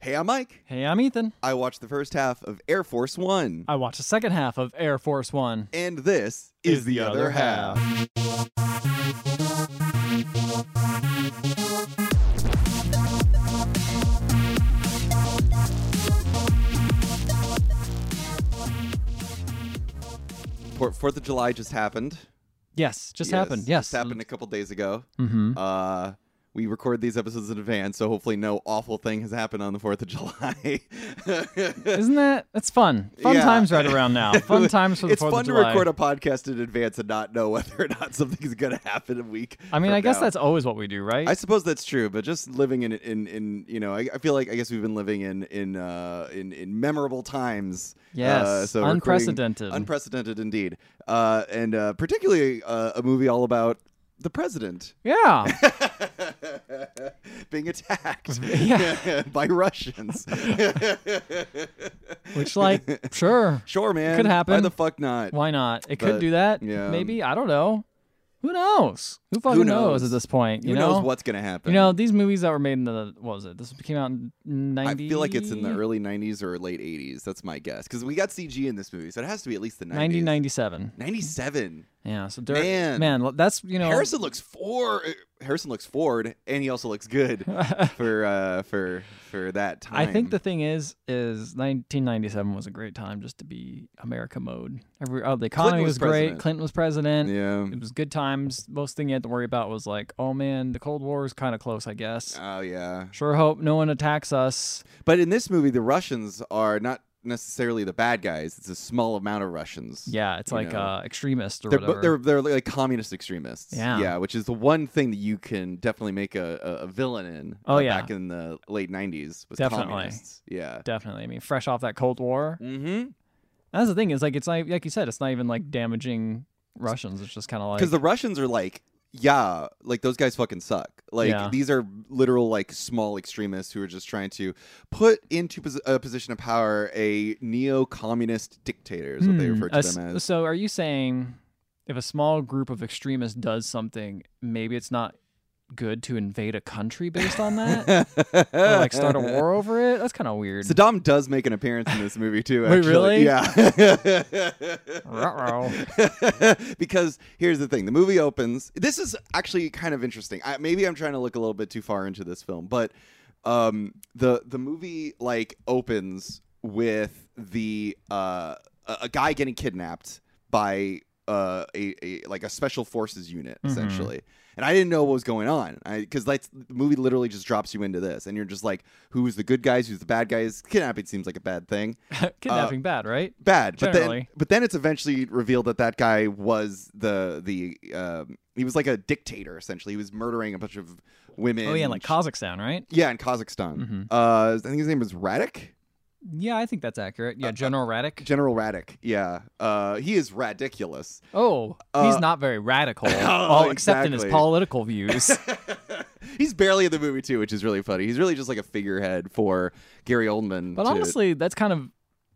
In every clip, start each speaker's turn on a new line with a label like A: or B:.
A: Hey, I'm Mike.
B: Hey, I'm Ethan.
A: I watched the first half of Air Force One.
B: I watched the second half of Air Force One.
A: and this is, the, other, half. Four- Fourth of July just happened.
B: Yes, just
A: Yes,
B: happened. Yes.
A: just happened a couple days ago.
B: Mm-hmm.
A: Uh, we record these episodes in advance, so hopefully no awful thing has happened on the Fourth of July.
B: Isn't that? That's fun. Fun
A: Yeah.
B: times right around now. Fun times for the
A: it's
B: Fourth
A: fun
B: of
A: to
B: July.
A: record a podcast in advance and not know whether or not something's going to happen a week.
B: I mean,
A: from
B: I guess
A: now.
B: that's always what we do, right?
A: I suppose that's true, but just living in in in you know, I, I feel like I guess we've been living in in uh, in in memorable times.
B: Yes,
A: uh, so recording-
B: unprecedented.
A: unprecedented indeed, uh, and uh, particularly uh, a movie all about the president
B: yeah.
A: being attacked
B: Yeah.
A: by Russians.
B: Which, like, sure.
A: sure, man,
B: Could happen.
A: Why the fuck not?
B: Why not? It could
A: But,
B: do that.
A: yeah.
B: Maybe. I don't know. Who knows? Who fucking
A: knows?
B: at this point?
A: Who
B: You know?
A: knows what's going to happen?
B: You know, these movies that were made in the what was it? This came out in
A: I
B: ninety.
A: feel like it's in the early 90s or late 80s. That's my guess. Because we got CG in this movie, so it has to be at least the 90s.
B: nineteen ninety seven.
A: 97.
B: Yeah. So Dirk,
A: Man.
B: man, that's you know.
A: Harrison looks for uh, Harrison looks forward, and he also looks good for uh, for for that time.
B: I think the thing is, is 1997 was a great time just to be America mode. Every oh, the economy
A: was
B: was, great.
A: president.
B: Clinton was president.
A: yeah.
B: It was good times. Most thing you had to worry about was like, oh man, the Cold War is kind of close, I guess.
A: Oh yeah.
B: Sure hope no one attacks us.
A: But in this movie, the Russians are not necessarily the bad guys. It's a small amount of Russians.
B: Yeah, it's
A: You
B: like
A: know.
B: uh, extremist or
A: They're,
B: whatever.
A: but they're they're like communist extremists.
B: Yeah.
A: yeah, which is the one thing that you can definitely make a, a, a villain in. uh,
B: Oh, yeah.
A: back in the late '90s was
B: Definitely.
A: communists. Yeah.
B: Definitely. I mean, fresh off that Cold War.
A: Mm-hmm.
B: That's the thing. Is like it's not like you said. It's not even like damaging Russians. It's just kind of like
A: Because the Russians are like, yeah, like those guys fucking suck. Like
B: Yeah.
A: these are literal like small extremists who are just trying to put into pos- a position of power a neo-communist dictator is what they
B: Hmm,
A: refer
B: a
A: to
B: s-
A: them as.
B: So are you saying if a small group of extremists does something, maybe it's not good to invade a country based on that? or like start a war over it? That's kind of weird.
A: Saddam does make an appearance in this movie too.
B: Wait,
A: actually.
B: really?
A: Yeah.
B: Ruh-roh.
A: because here's the thing the movie opens this is actually kind of interesting I, maybe i'm trying to look a little bit too far into this film but um the the movie like opens with the uh a, a guy getting kidnapped by uh a, a like a special forces unit essentially and i didn't know what was going on because that's the movie literally just drops you into this and you're just like who's the good guys who's the bad guys kidnapping seems like a bad thing
B: Kidnapping bad, right?
A: bad. But then,
B: Generally.
A: but then it's eventually revealed that that guy was the the um, he was like a dictator essentially. He was murdering a bunch of women.
B: Oh yeah, like Mm-hmm. Kazakhstan, right?
A: yeah, in Kazakhstan. Uh, I think his name was Radic,
B: Yeah, I think that's accurate.
A: Uh,
B: Yeah, General Radic.
A: General Radic. Yeah, uh, he is radiculous.
B: oh, he's not very radical,
A: uh, Oh,
B: oh, except in his
A: exactly.
B: political views.
A: He's barely in the movie too, which is really funny. He's really just like a figurehead for Gary Oldman.
B: But
A: to-
B: honestly, that's kind of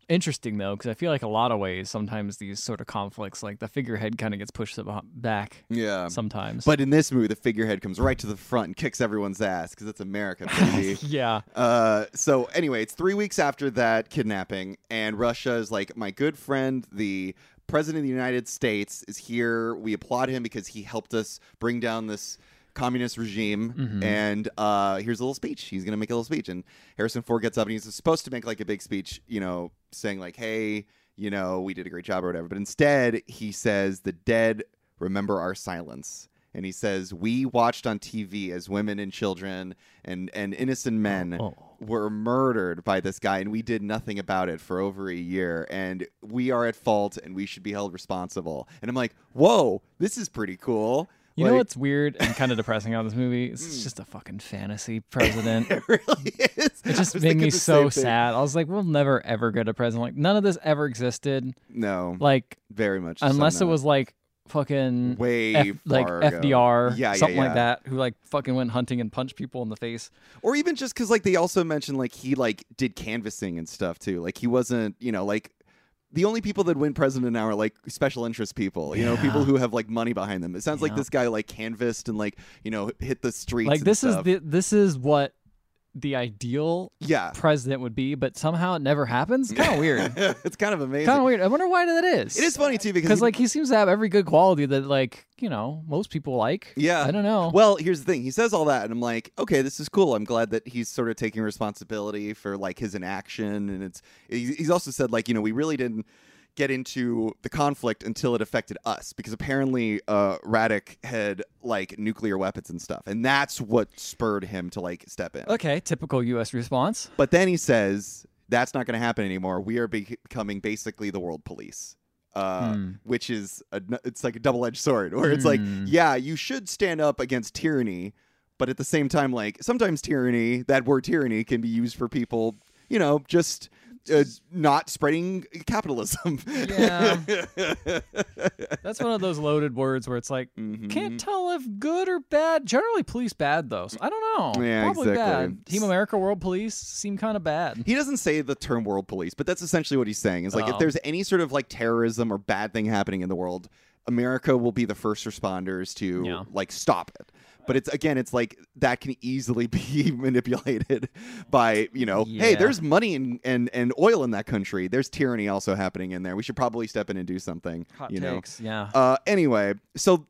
B: interesting though, because I feel like a lot of ways sometimes these sort of conflicts, like the figurehead, kind of gets pushed ab- back
A: yeah.
B: sometimes.
A: But in this movie, the figurehead comes right to the front and kicks everyone's ass because it's America, baby.
B: yeah,
A: Uh, so anyway, it's three weeks after that kidnapping, and Russia is like, my good friend, the president of the United States is here. We applaud him because he helped us bring down this communist regime. And uh, here's a little speech. He's gonna make a little speech, and Harrison Ford gets up and he's supposed to make like a big speech, you know, saying like, hey, you know, we did a great job or whatever. But instead, he says, the dead remember our silence and he says we watched on TV as women and children and and innocent men
B: Oh.
A: were murdered by this guy and we did nothing about it for over a year and we are at fault and we should be held responsible and I'm like whoa this is pretty cool
B: you
A: Like, Mm.
B: know what's weird and kind of depressing about this movie? It's just a fucking fantasy president.
A: it really is
B: It just made me so sad. I was like, we'll never ever get a president. Like none of this ever existed.
A: no
B: Like
A: very much Mm. so
B: unless it
A: no.
B: was like fucking
A: Way
B: F- like
A: far ago.
B: FDR,
A: Yeah, yeah,
B: something
A: yeah.
B: like that, who like fucking went hunting and punched people in the face.
A: or even just because like they also mentioned like he like did canvassing and stuff too like he wasn't you know like the only people that win president now are like special interest people you know
B: Yeah.
A: people who have like money behind them it sounds like
B: Yeah.
A: this guy like canvassed and like you know hit the streets
B: like
A: and
B: this
A: stuff.
B: is the this is what the ideal
A: Yeah.
B: president would be, but somehow it never happens. Kind of weird.
A: it's kind of amazing.
B: kind of weird. I wonder why that is.
A: It is funny too because
B: because
A: he-
B: like he seems to have every good quality that like you know most people like.
A: Yeah.
B: I don't know.
A: Well, here's the thing. He says all that, and I'm like, okay, this is cool. I'm glad that he's sort of taking responsibility for like his inaction, and it's. he- He's also said like, you know, we really didn't get into the conflict until it affected us because apparently uh Radek had like nuclear weapons and stuff and that's what spurred him to like step in.
B: okay, typical U.S. response.
A: But then he says that's not going to happen anymore. We are be- becoming basically the world police. Uh,
B: Hmm.
A: which is a, it's like a double-edged sword where it's like
B: Hmm.
A: yeah you should stand up against tyranny but at the same time like sometimes tyranny that word tyranny can be used for people you know just uh, not spreading capitalism
B: Yeah. That's one of those loaded words where it's like
A: Mhm.
B: can't tell if good or bad. Generally, police bad though. So I don't know.
A: Yeah,
B: Probably
A: exactly.
B: bad. Team America, World Police seem kind of bad.
A: He doesn't say the term world police, but that's essentially what he's saying. Is like if
B: Oh.
A: there's any sort of like terrorism or bad thing happening in the world, America will be the first responders to
B: Yeah.
A: like stop it. But it's again, it's like that can easily be manipulated by you know, hey,
B: Yeah.
A: there's money and and and oil in that country. There's tyranny also happening in there. We should probably step in and do something.
B: Hot
A: you know,
B: takes. Yeah.
A: uh, anyway, so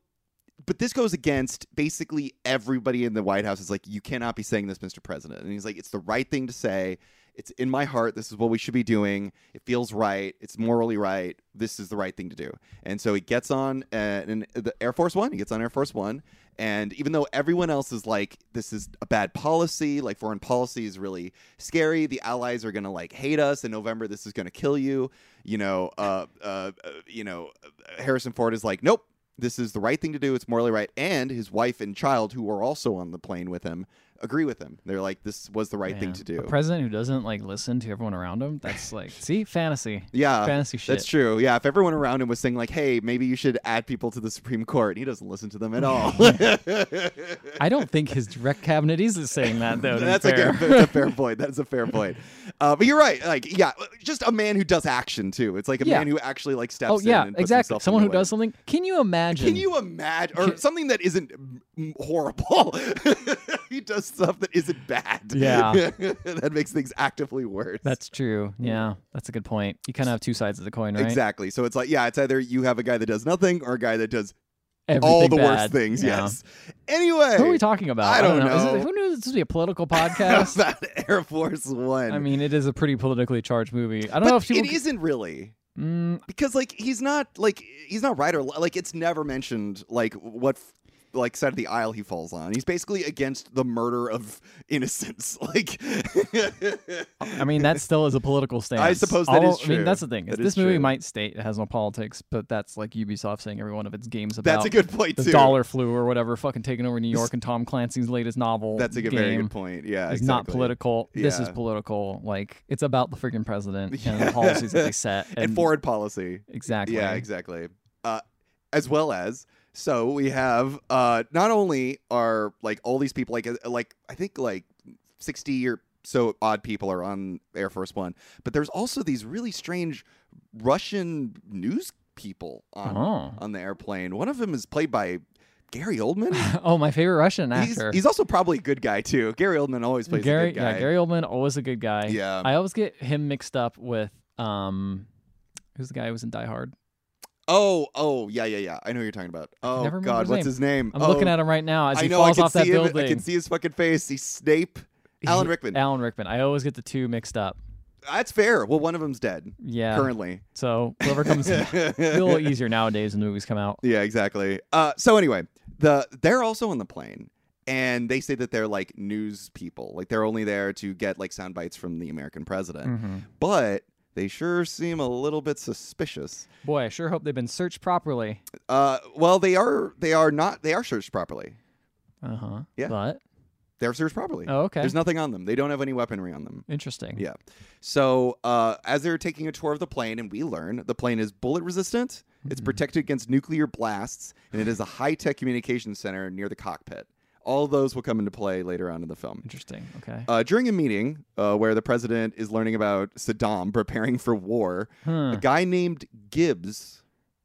A: but this goes against basically everybody in the White House is like, you cannot be saying this, Mr. President. And he's like, it's the right thing to say. It's in my heart. This is what we should be doing. It feels right. It's morally right. This is the right thing to do. And so he gets on uh, an, the Air Force One. He gets on Air Force One. And even though everyone else is like, this is a bad policy, like foreign policy is really scary. The allies are going to like hate us in November. This is going to kill you. You know, uh, uh, uh, you know, Harrison Ford is like, nope, this is the right thing to do. It's morally right. And his wife and child, who are also on the plane with him, agree with him. They're like, this was the right thing
B: Man,
A: to do.
B: A president who doesn't like listen to everyone around him. That's like see fantasy.
A: yeah.
B: fantasy shit.
A: That's true. Yeah, if everyone around him was saying like, "Hey, maybe you should add people to the Supreme Court," he doesn't listen to them at all.
B: I don't think his direct cabinet is saying that though. to be
A: That's a,
B: fair.
A: good, that's a fair point. That's a fair point. Uh, but you're right. Like, yeah, just a man who does action too. It's like a
B: Yeah.
A: man who actually like steps
B: Oh yeah,
A: in and puts
B: exactly.
A: himself in
B: Someone
A: the
B: who
A: way.
B: does something. Can you imagine?
A: Can you imagine, or something that isn't mm, horrible? he does stuff that isn't bad.
B: Yeah.
A: that makes things actively worse.
B: That's true. Yeah, that's a good point. You kind of have two sides of the coin, right?
A: exactly. So it's like, yeah, it's either you have a guy that does nothing or a guy that does
B: Everything
A: all the worst
B: bad.
A: things.
B: Yeah.
A: Yes. Anyway,
B: Who are we talking about?
A: I don't
B: Is
A: know.
B: it- who knew this would be a political podcast?
A: about Air Force One.
B: I mean, it is a pretty politically charged movie. I don't
A: but
B: know if people.
A: it isn't really.
B: Mm,
A: because like he's not like he's not right or le- like it's never mentioned like what like side of the aisle he falls on. He's basically against the murder of innocents. Like
B: I mean, that still is a political stance.
A: suppose that
B: All-
A: is
B: I
A: true.
B: mean, that's the thing. is
A: That is
B: this movie
A: true.
B: might state it has no politics, but that's like Ubisoft saying every one of its games about
A: that's a good point
B: the
A: too.
B: dollar flu or whatever, fucking taking over New York and Tom Clancy's latest novel.
A: That's a good,
B: game.
A: very good point. Yeah,
B: It's
A: exactly.
B: not political. This is
A: Yeah.
B: political. Like it's about the freaking president and
A: Yeah.
B: the policies that they set.
A: And, foreign policy.
B: exactly.
A: Yeah, exactly. Uh, as well as so we have uh, not only are like all these people like uh, like I think like sixty or so odd people are on Air Force One, but there's also these really strange Russian news people on
B: Oh.
A: on the airplane. One of them is played by Gary Oldman.
B: oh, my favorite Russian
A: He's,
B: actor.
A: he's also probably a good guy too. Gary Oldman always plays
B: Gary,
A: a good guy.
B: yeah, Gary Oldman, always a good guy.
A: Yeah.
B: I always get him mixed up with um, who's the guy who was in Die Hard?
A: Oh, oh, yeah, yeah, yeah. I know who you're talking about. Oh
B: never remember
A: God,
B: his
A: what's
B: name.
A: his name?
B: I'm
A: oh,
B: looking at him right now as
A: I
B: he
A: know. I
B: falls
A: can
B: off
A: see
B: that
A: him.
B: building.
A: I can see his fucking face. He's Snape. Alan
B: He-
A: Rickman.
B: Alan Rickman. I always get the two mixed up.
A: That's fair. Well, one of them's dead
B: Yeah.
A: currently.
B: So whoever comes, it's a little easier nowadays when movies come out.
A: Yeah, exactly. Uh, so anyway, the they're also on the plane, and they say that they're like news people, like they're only there to get like sound bites from the American president.
B: Mhm.
A: But they sure seem a little bit suspicious.
B: Boy, I sure hope they've been searched properly.
A: Uh, well, they are. They are not. They are searched properly.
B: Uh huh.
A: Yeah.
B: But
A: They're searched properly.
B: oh, okay.
A: There's nothing on them. They don't have any weaponry on them.
B: Interesting.
A: Yeah. So uh, as they're taking a tour of the plane, and we learn the plane is bullet resistant, it's protected against nuclear blasts, and it has a high tech communications center near the cockpit. All those will come into play later on in the film.
B: Interesting. Okay.
A: Uh, during a meeting uh, where the president is learning about Saddam preparing for war,
B: Huh.
A: a guy named Gibbs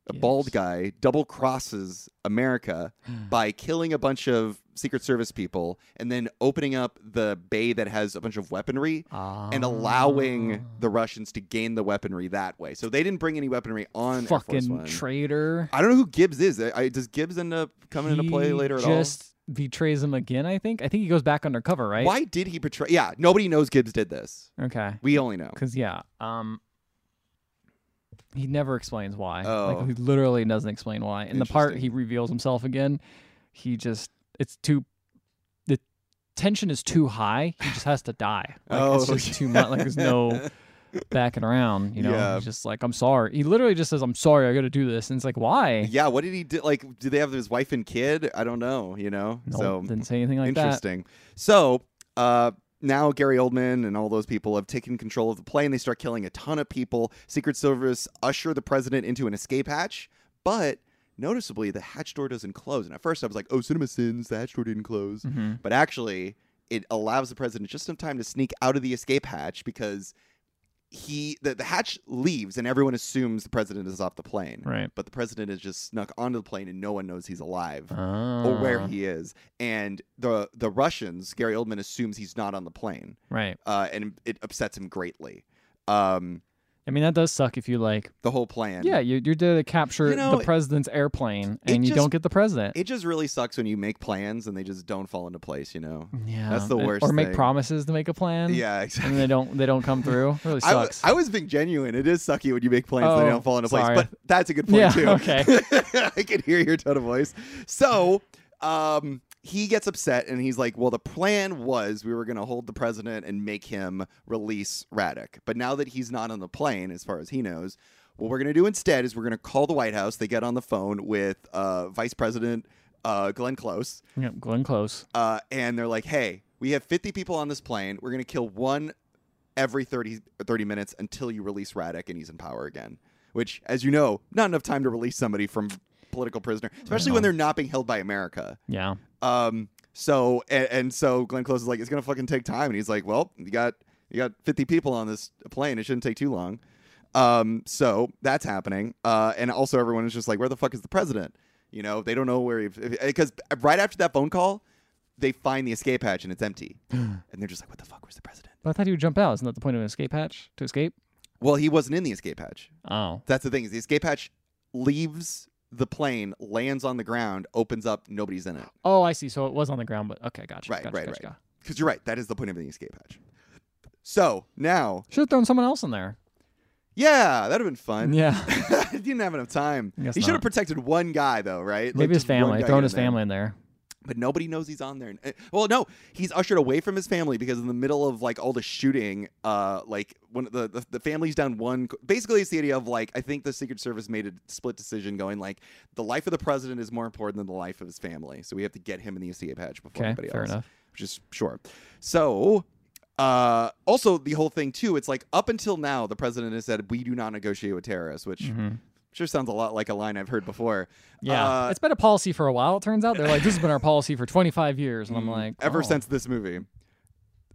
A: a bald guy double crosses America by killing a bunch of Secret Service people and then opening up the bay that has a bunch of weaponry and
B: Ah.
A: allowing the Russians to gain the weaponry that way. So they didn't bring any weaponry on Air Force
B: fucking
A: One.
B: traitor.
A: I don't know who Gibbs is. I, I- does Gibbs end up coming into play
B: He
A: later at all?
B: Just betrays him again. I think. I think he goes back undercover, right?
A: Why did he betray? Yeah, nobody knows Gibbs did this.
B: Okay.
A: We only know.
B: Because yeah, um, he never explains why.
A: Oh.
B: Like he literally doesn't explain why. And the part he
A: Interesting.
B: reveals himself again, he just it's too the tension is too high. He just has to die. Like it's
A: Oh,
B: just too much. Like there's no backing around. You know,
A: Yeah.
B: he's just like I'm sorry. He literally just says I'm sorry. I got to do this. And it's like why?
A: Yeah, what did he do? Like, did they have his wife and kid? I don't know. You know,
B: No,
A: so
B: didn't say anything like that.
A: interesting. So uh, now Gary Oldman and all those people have taken control of the plane. They start killing a ton of people. Secret Service usher the president into an escape hatch, but noticeably the hatch door doesn't close. And at first I was like, "Oh, cinema sins, the hatch door didn't close,"
B: Mhm.
A: but actually it allows the president just enough time to sneak out of the escape hatch because he the, the hatch leaves and everyone assumes the president is off the plane
B: Right.
A: but the president is just snuck onto the plane and no one knows he's alive or
B: Oh,
A: where he is. And the the Russians, Gary Oldman assumes he's not on the plane,
B: right.
A: uh, and it upsets him greatly. Um,
B: I mean that does suck if you like.
A: the whole plan.
B: Yeah, you you did capture
A: You know,
B: the president's airplane
A: it
B: and you
A: just-
B: don't get the president.
A: It just really sucks when you make plans and they just don't fall into place. You know.
B: Yeah,
A: the
B: and-
A: worst
B: Or make
A: thing.
B: promises to make a plan.
A: Yeah,
B: and
A: exactly.
B: then they don't. They don't come through. It really
A: I, w-
B: sucks.
A: I was being genuine. It is sucky when you make plans and they
B: Oh,
A: don't fall into place,
B: sorry.
A: but that's a good point
B: Yeah,
A: too.
B: okay.
A: I can hear your tone of voice. So, um, he gets upset and he's like, "Well, the plan was we were going to hold the president and make him release Radek, but now that he's not on the plane, as far as he knows, what we're going to do instead is we're going to call the White House. They get on the phone with uh, Vice President uh, Glenn Close,
B: yep, Glenn Close.
A: uh, and they're like, "Hey, we have 50 people on this plane. We're gonna kill one every 30 30 minutes until you release Radek and he's in power again." Which, as you know, not enough time to release somebody from political prisoner, especially when they're not being held by America.
B: Yeah,
A: Um, so and, and so Glenn Close is like, "It's gonna fucking take time," and he's like, "Well, you got you got 50 people on this plane. It shouldn't take too long." Um, so that's happening. Uh, and also everyone is just like, where the fuck is the president? You know, they don't know where he, because right after that phone call, they find the escape hatch and it's empty. and they're just like, what the fuck was the president?
B: but I thought he would jump out. Isn't that the point of an escape hatch to escape?
A: Well, he wasn't in the escape hatch.
B: Oh,
A: That's the thing is the escape hatch leaves the plane, lands on the ground, opens up, nobody's in it.
B: oh, I see. So it was on the ground, but okay, gotcha.
A: Right,
B: gotcha,
A: right,
B: gotcha,
A: right.
B: gotcha.
A: Because you're right, that is the point of the escape hatch. So now,
B: Should have thrown someone else in there.
A: yeah, that'd have been fun.
B: Yeah,
A: he didn't have enough time.
B: Guess
A: he should have
B: not.
A: protected one guy though, right? Like,
B: maybe his
A: just one
B: family.
A: guy
B: Throwing
A: in
B: his
A: there.
B: family in there.
A: but nobody knows he's on there. Uh, Well, no, he's ushered away from his family because in the middle of like all the shooting, uh, like when the, the the family's down one. Basically, it's the idea of like I think the Secret Service made a split decision, going like the life of the president is more important than the life of his family, so we have to get him in the escape hatch before
B: Okay,
A: anybody
B: fair
A: else.
B: enough.
A: Which is sure. So. Uh, also, the whole thing too. It's like up until now, the president has said we do not negotiate with terrorists, which sure sounds a lot like a line I've heard before.
B: Mm-hmm. Yeah,
A: Uh,
B: it's been a policy for a while. It turns out they're like, this has been our policy for 25 years, and I'm like,
A: Mm, ever
B: oh.
A: since this movie.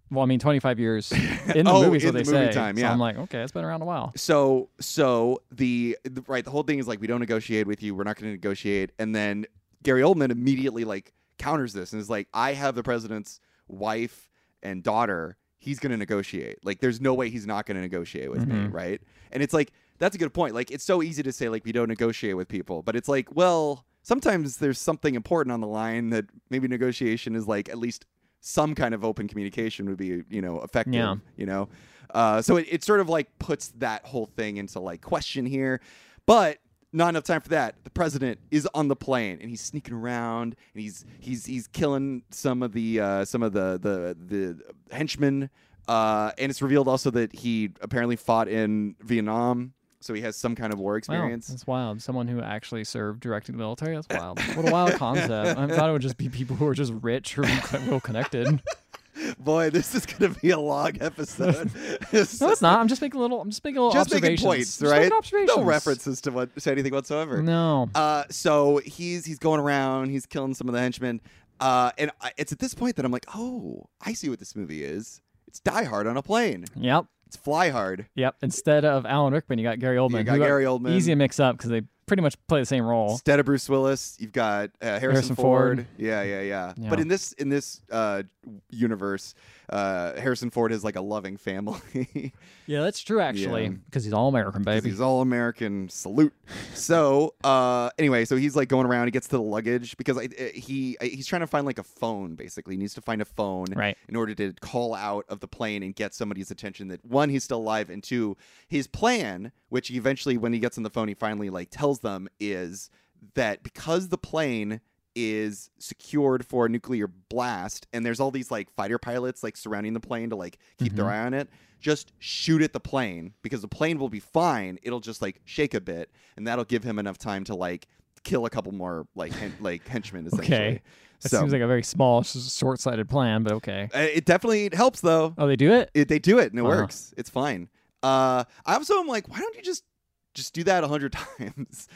B: Well, I mean, 25 years in the
A: Oh,
B: movie is
A: in
B: what they
A: the movie
B: say.
A: time,
B: So
A: yeah.
B: I'm like, okay, it's been around a while.
A: so so the, the right the whole thing is like we don't negotiate with you we're not going to negotiate and then gary oldman immediately like counters this and is like i have the president's wife and daughter he's going to negotiate like there's no way he's not going to negotiate with me
B: Mhm.
A: right and it's like that's a good point like it's so easy to say like we don't negotiate with people but it's like well sometimes there's something important on the line that maybe negotiation is like at least some kind of open communication would be you know effective
B: Yeah.
A: you know uh, so it, it sort of like puts that whole thing into like question here but not enough time for that the president is on the plane and he's sneaking around and he's he's he's killing some of the uh, some of the the the henchmen uh, and it's revealed also that he apparently fought in vietnam so he has some kind of war experience
B: Wow, that's wild. Someone who actually served directing the military. That's wild. What a wild concept. I thought it would just be people who are just rich or well connected.
A: boy this is gonna be a long episode
B: No, it's not. I'm just making little. I'm just making little
A: just making
B: observations.
A: points
B: Just making
A: right
B: observations.
A: no references to what to anything whatsoever
B: No.
A: Uh, so he's he's going around, he's killing some of the henchmen, uh, and I, it's at this point that I'm like, oh, I see what this movie is. It's Die Hard on a plane.
B: Yep.
A: It's Fly Hard.
B: Yep. Instead of Alan Rickman, you got Gary Oldman.
A: got
B: who-
A: Gary Oldman.
B: Easy to mix up because they pretty much play the same role.
A: Instead of Bruce Willis, you've got uh, Harrison,
B: Harrison
A: Ford.
B: Ford.
A: Yeah, yeah, yeah,
B: Yeah.
A: But in this in this uh, universe, uh, Harrison Ford is like a loving family.
B: Yeah, that's true actually,
A: Yeah.
B: because he's all American, baby.
A: He's all American. Salute. So uh, anyway, so he's like going around. He gets to the luggage because I, I- he I- he's trying to find like a phone. Basically, he needs to find a phone
B: Right.
A: in order to call out of the plane and get somebody's attention that one he's still alive and two his plan, which he eventually when he gets on the phone he finally like tells them is that because the plane is secured for a nuclear blast and there's all these like fighter pilots like surrounding the plane to like keep their
B: Mm-hmm.
A: eye on it just shoot at the plane because the plane will be fine it'll just like shake a bit and that'll give him enough time to like kill a couple more like hen- like henchmen essentially
B: Okay. That
A: so
B: seems like a very small, s- short-sighted plan, but okay.
A: uh, it definitely it helps though
B: Oh, they do it.
A: it, they do it and it
B: Uh-huh.
A: works it's fine uh i also am like why don't you just just do that a hundred times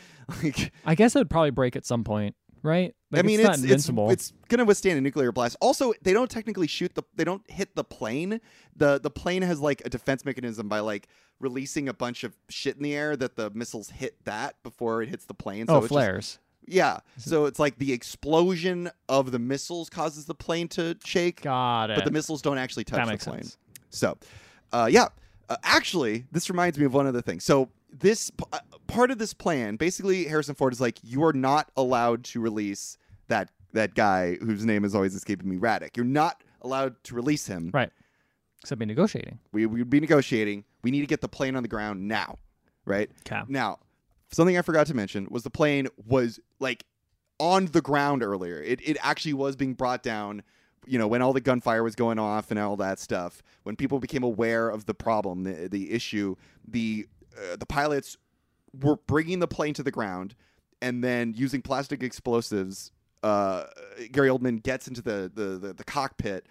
A: like
B: I guess it would probably break at some point, right? Like,
A: I mean, it's
B: it's, not
A: it's,
B: invincible.
A: it's going to withstand a nuclear blast. Also, they don't technically shoot the they don't hit the plane. the The plane has like a defense mechanism by like releasing a bunch of shit in the air that the missiles hit that before it hits the plane. So
B: oh,
A: it's just-
B: flares.
A: yeah. So it's like the explosion of the missiles causes the plane to shake,
B: Got it.
A: but the missiles don't actually touch
B: that
A: the
B: makes
A: plane.
B: sense.
A: So, uh, yeah. Uh, actually, this reminds me of one other thing. So, this p- uh, part of this plan, basically, Harrison Ford is like, you are not allowed to release that that guy whose name is always escaping me, Raddick. You're not allowed to release him.
B: Right. Except be negotiating.
A: We we'd be negotiating. We need to get the plane on the ground now, right?
B: Okay.
A: Now, something I forgot to mention was the plane was like on the ground earlier. It it actually was being brought down, you know, when all the gunfire was going off and all that stuff. When people became aware of the problem, the the issue, the uh, the pilots were bringing the plane to the ground and then using plastic explosives. Uh, Gary Oldman gets into the the, the, the cockpit.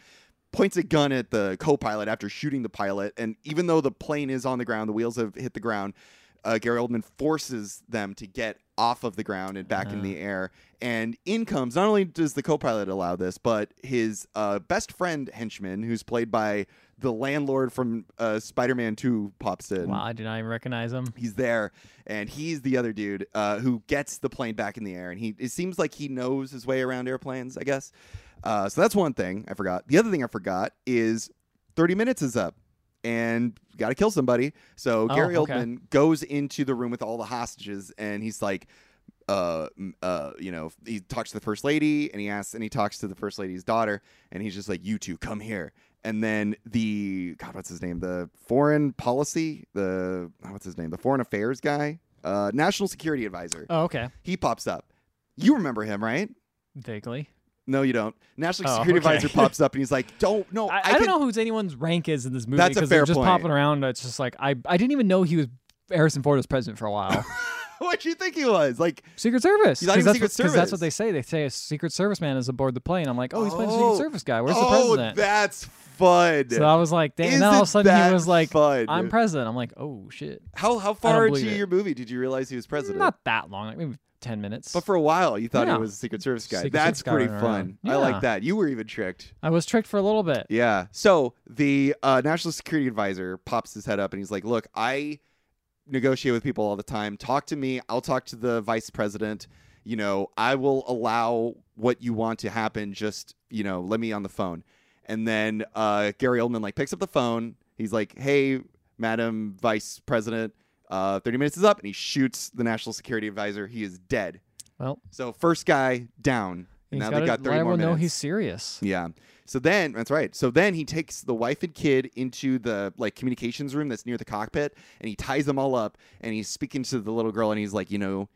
A: Points a gun at the co-pilot after shooting the pilot, and even though the plane is on the ground, the wheels have hit the ground uh, Gary Oldman forces them to get off of the ground and back in
B: Ah.
A: the air. And in comes not only does the co-pilot allow this, but his uh, best friend henchman, who's played by the landlord from uh, Spider-Man Two, pops in.
B: Wow, I did not even recognize him.
A: He's there, and he's the other dude uh, who gets the plane back in the air. And he it seems like he knows his way around airplanes, I guess. Uh, so that's one thing I forgot. The other thing I forgot is 30 minutes is up, and got to kill somebody. So
B: Oh,
A: Gary
B: okay.
A: Oldman goes into the room with all the hostages, and he's like, uh, m- uh, you know, he talks to the first lady, and he asks, and he talks to the first lady's daughter, and he's just like, "You two, come here." And then the God, what's his name? The foreign policy, the oh, what's his name? The foreign affairs guy, uh, national security advisor.
B: Oh, okay.
A: He pops up. You remember him, right?
B: Vaguely.
A: No, you don't. National
B: Oh,
A: security
B: okay.
A: advisor pops up, and he's like, "Don't, no,
B: I, I,
A: can,
B: don't know who's anyone's rank is in this movie
A: That's a
B: because they're
A: fair
B: just
A: point.
B: popping around. It's just like I, I didn't even know he was Harrison Ford was president for a while.
A: what you think he was like."
B: Secret Service.
A: He's not
B: 'Cause
A: even
B: that's
A: Secret
B: what, 'cause That's
A: Service.
B: what they say. They say a Secret Service man is aboard the plane. I'm like, oh, he's playing a
A: Oh.
B: Secret Service guy. Where's
A: oh,
B: the president?
A: that's fun.
B: so I was like, damn. And then
A: Isn't
B: all of a sudden
A: that
B: he was like,
A: fun?
B: I'm president. I'm like, oh shit.
A: How how far into
B: believe it.
A: your movie did you realize he was president?
B: Not that long. Like maybe ten minutes.
A: but for a while, you thought
B: Yeah.
A: he was a Secret Service guy.
B: Secret
A: That's
B: Service guy
A: pretty
B: running
A: fun.
B: around.
A: I
B: Yeah.
A: like that. You were even tricked.
B: I was tricked for a little bit.
A: Yeah. So the uh, national security advisor pops his head up and he's like, "Look, I negotiate with people all the time. Talk to me. I'll talk to the vice president. You know, I will allow what you want to happen. Just you know, let me on the phone." And then uh, Gary Oldman like picks up the phone. He's like, "Hey, Madam Vice President, uh, thirty minutes is up," and he shoots the national security advisor. He is dead.
B: Well,
A: So first guy down.
B: he's
A: now
B: gotta
A: they got
B: let
A: thirty more
B: everyone
A: minutes.
B: know he's serious.
A: Yeah. So then that's right. So then he takes the wife and kid into the like communications room that's near the cockpit and he ties them all up and he's speaking to the little girl and he's like, you know,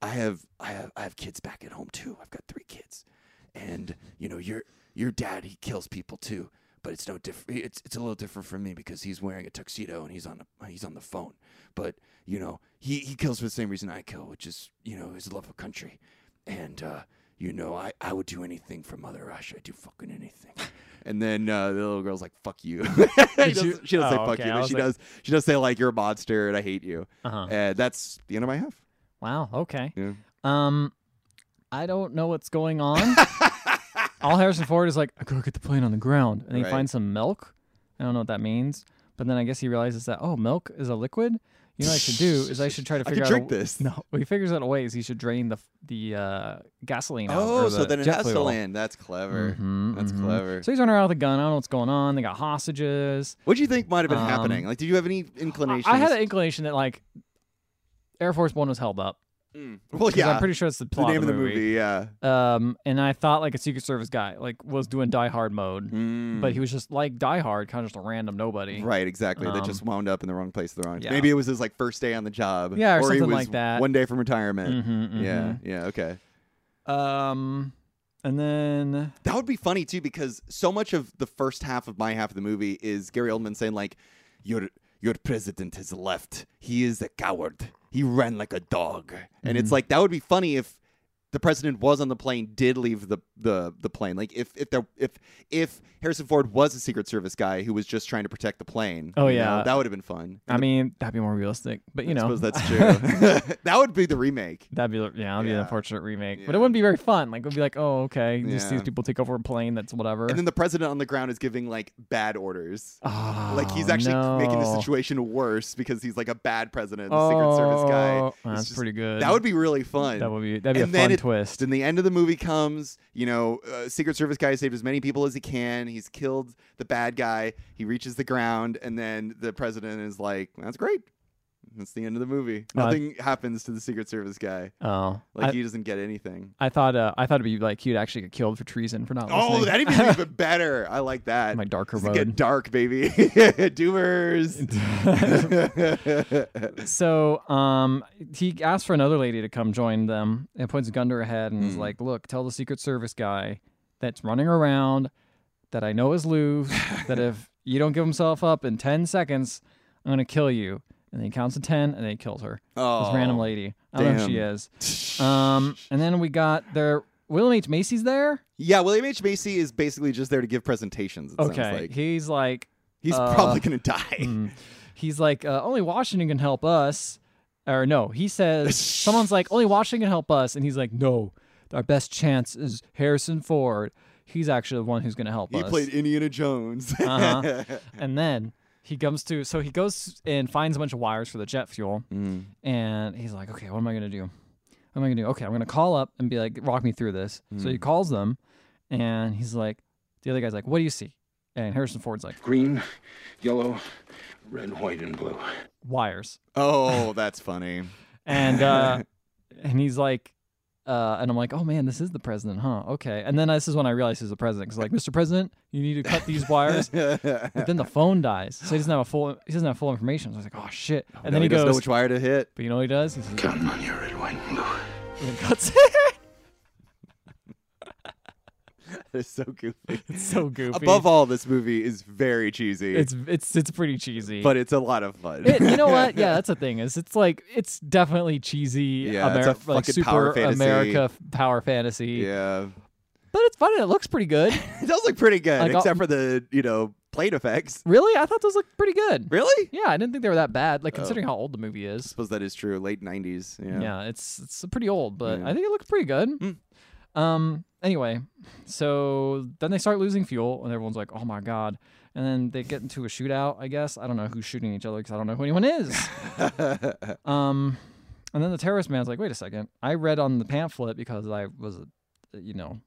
A: I have I have I have kids back at home too. I've got three kids. And you know, your your dad he kills people too, but it's no different it's it's a little different from me because he's wearing a tuxedo and he's on the he's on the phone. But, you know, he he kills for the same reason I kill, which is, you know, his love of country. And uh you know, I, I would do anything for Mother Russia. I'd do fucking anything. And then uh, the little girl's like, "Fuck you." she doesn't, she doesn't say
B: Oh,
A: "fuck
B: okay.
A: you,"
B: I
A: but
B: was
A: she
B: like-
A: does. She does say like, "You're a monster and I hate you."
B: Uh-huh.
A: And that's the end of my half.
B: Wow. Okay.
A: Yeah.
B: Um, I don't know what's going on. All Harrison Ford is like, I gotta get the plane on the ground, and he
A: Right.
B: finds some milk. I don't know what that means, But then I guess he realizes that oh, milk is a liquid. You know what I should do is I should try to
A: I
B: figure
A: could
B: out.
A: drink
B: a,
A: this.
B: No, well, he figures out a way is he should drain the f- the uh, gasoline. out,
A: Oh,
B: or
A: so
B: the
A: then it
B: jet
A: has to
B: fuel.
A: land. That's clever.
B: Mhm,
A: That's
B: mhm.
A: clever.
B: So he's running around with a gun. I don't know what's going on. They got hostages.
A: What do you think might have been
B: Um,
A: happening? Like, did you have any
B: I,
A: inclination?
B: I had an inclination that like Air Force One was held up.
A: well,
B: 'Cause
A: yeah.
B: I'm pretty sure it's the
A: the
B: plot
A: name
B: of the movie.
A: Yeah.
B: Um, and I thought like a Secret Service guy like was doing Die Hard mode,
A: Mm.
B: but he was just like Die Hard, kind of just a random nobody.
A: Right, exactly. they
B: Um,
A: just wound up in the wrong place at the wrong time.
B: yeah.
A: Maybe it was his like first day on the job.
B: Yeah, or
A: he
B: something
A: was
B: like that.
A: One day from retirement.
B: Mhm,
A: Yeah, yeah, okay.
B: mhm. Um, and then
A: That would be funny too because so much of the first half of my half of the movie is Gary Oldman saying like, "Your your president has left. He is a coward. He ran like a dog." And
B: Mm-hmm.
A: it's like that would be funny if the president was on the plane, did leave the the the plane. Like if if there if if Harrison Ford was a Secret Service guy who was just trying to protect the plane.
B: Oh,
A: you know,
B: yeah.
A: that would have been fun.
B: I mean that'd be more realistic, but you
A: I
B: know
A: suppose that's true. that would be the remake.
B: That'd be the- yeah, that'd be
A: Yeah.
B: an unfortunate remake, but
A: Yeah.
B: it wouldn't be very fun. Like it'd be like, oh okay, just
A: Yeah.
B: these people take over a plane. That's whatever.
A: And then the president on the ground is giving like bad orders.
B: oh,
A: Like he's actually
B: no.
A: making the situation worse because he's like a bad president, the Secret Service guy.
B: Oh,
A: It's
B: That's
A: just-
B: pretty good.
A: That would be really fun.
B: that would be that'd be
A: and
B: a
A: then
B: fun
A: it-
B: twist.
A: Then the end of the movie comes. You know, uh, Secret Service guy saved as many people as he can. He's killed the bad guy. He reaches the ground, and then the president is like, "That's great." That's the end of the movie.
B: No, I-
A: Nothing happens to the Secret Service guy.
B: oh,
A: Like
B: I,
A: he doesn't get anything.
B: I thought uh, I thought it'd be like he'd actually get killed for treason for not
A: Oh,
B: listening.
A: that'd even be even better. I like that.
B: my darker
A: This is get
B: road.
A: dark, baby. Doomers.
B: So um, he asked for another lady to come join them and points a gun to her head and is
A: Hmm.
B: like, "Look, tell the Secret Service guy that's running around that I know is loose that if you don't give himself up in ten seconds, I'm gonna kill you." And then he counts to ten and then he kills her.
A: oh,
B: This random lady, I don't know who she is.
A: randomly.
B: Um, and then we got their William H Macy's there.
A: yeah, William H Macy is basically just there to give presentations. It
B: Okay,
A: sounds like
B: he's like,
A: he's
B: uh,
A: probably gonna die.
B: Mm. He's like, uh, only Washington can help us. Or no, he says, someone's like, only Washington can help us. And he's like, no, our best chance is Harrison Ford. He's actually the one who's going to help
A: He
B: us.
A: played Indiana Jones.
B: Uh-huh. and then he comes to, so he goes and finds a bunch of wires for the jet fuel.
A: Mm.
B: And he's like, okay, what am I going to do? What am I going to do? Okay, I'm going to call up and be like, rock me through this. So
A: Mm.
B: he calls them and he's like, the other guy's like, what do you see? And Harrison Ford's like,
C: green, yellow, red, white, and blue.
B: wires.
A: Oh, that's funny.
B: and uh, and he's like, uh, and I'm like, oh man, this is the president, huh? Okay. And then this is when I realized he's the president because like, Mr. President, you need to cut these wires. But then the phone dies, so he doesn't have a full he doesn't have full information. So I was like, oh shit. And
A: No,
B: then
A: he
B: he
A: doesn't know
B: goes,
A: which wire to hit.
B: but you know what he does? He's like,
C: Counting on your red, white, and blue.
B: and cuts it.
A: It's so goofy.
B: so goofy.
A: Above all, this movie is very cheesy,
B: it's it's it's pretty cheesy.
A: but it's a lot of fun.
B: It- you know what? Yeah, that's the thing. Is it's like it's definitely cheesy.
A: Yeah, it's a
B: like
A: fucking
B: super
A: power fantasy.
B: America f- power fantasy.
A: yeah.
B: But it's fun and it looks pretty good.
A: It does look pretty good,
B: Like, I'll-
A: except for the you know plane effects.
B: really, I thought those looked pretty good.
A: Really? I
B: Yeah, I didn't think they were that bad. Like considering how old the movie is.
A: suppose that is true. Late nineties. Oh. Yeah.
B: Yeah, it's it's pretty old, but
A: Yeah.
B: I think it looks pretty good.
A: Mm.
B: Um. Anyway, so then they start losing fuel, and everyone's like, "Oh my god!" And then they get into a shootout. I guess I don't know who's shooting each other because I don't know who anyone is. um. And then the terrorist man's like, "Wait a second! I read on the pamphlet because I was, a, you know,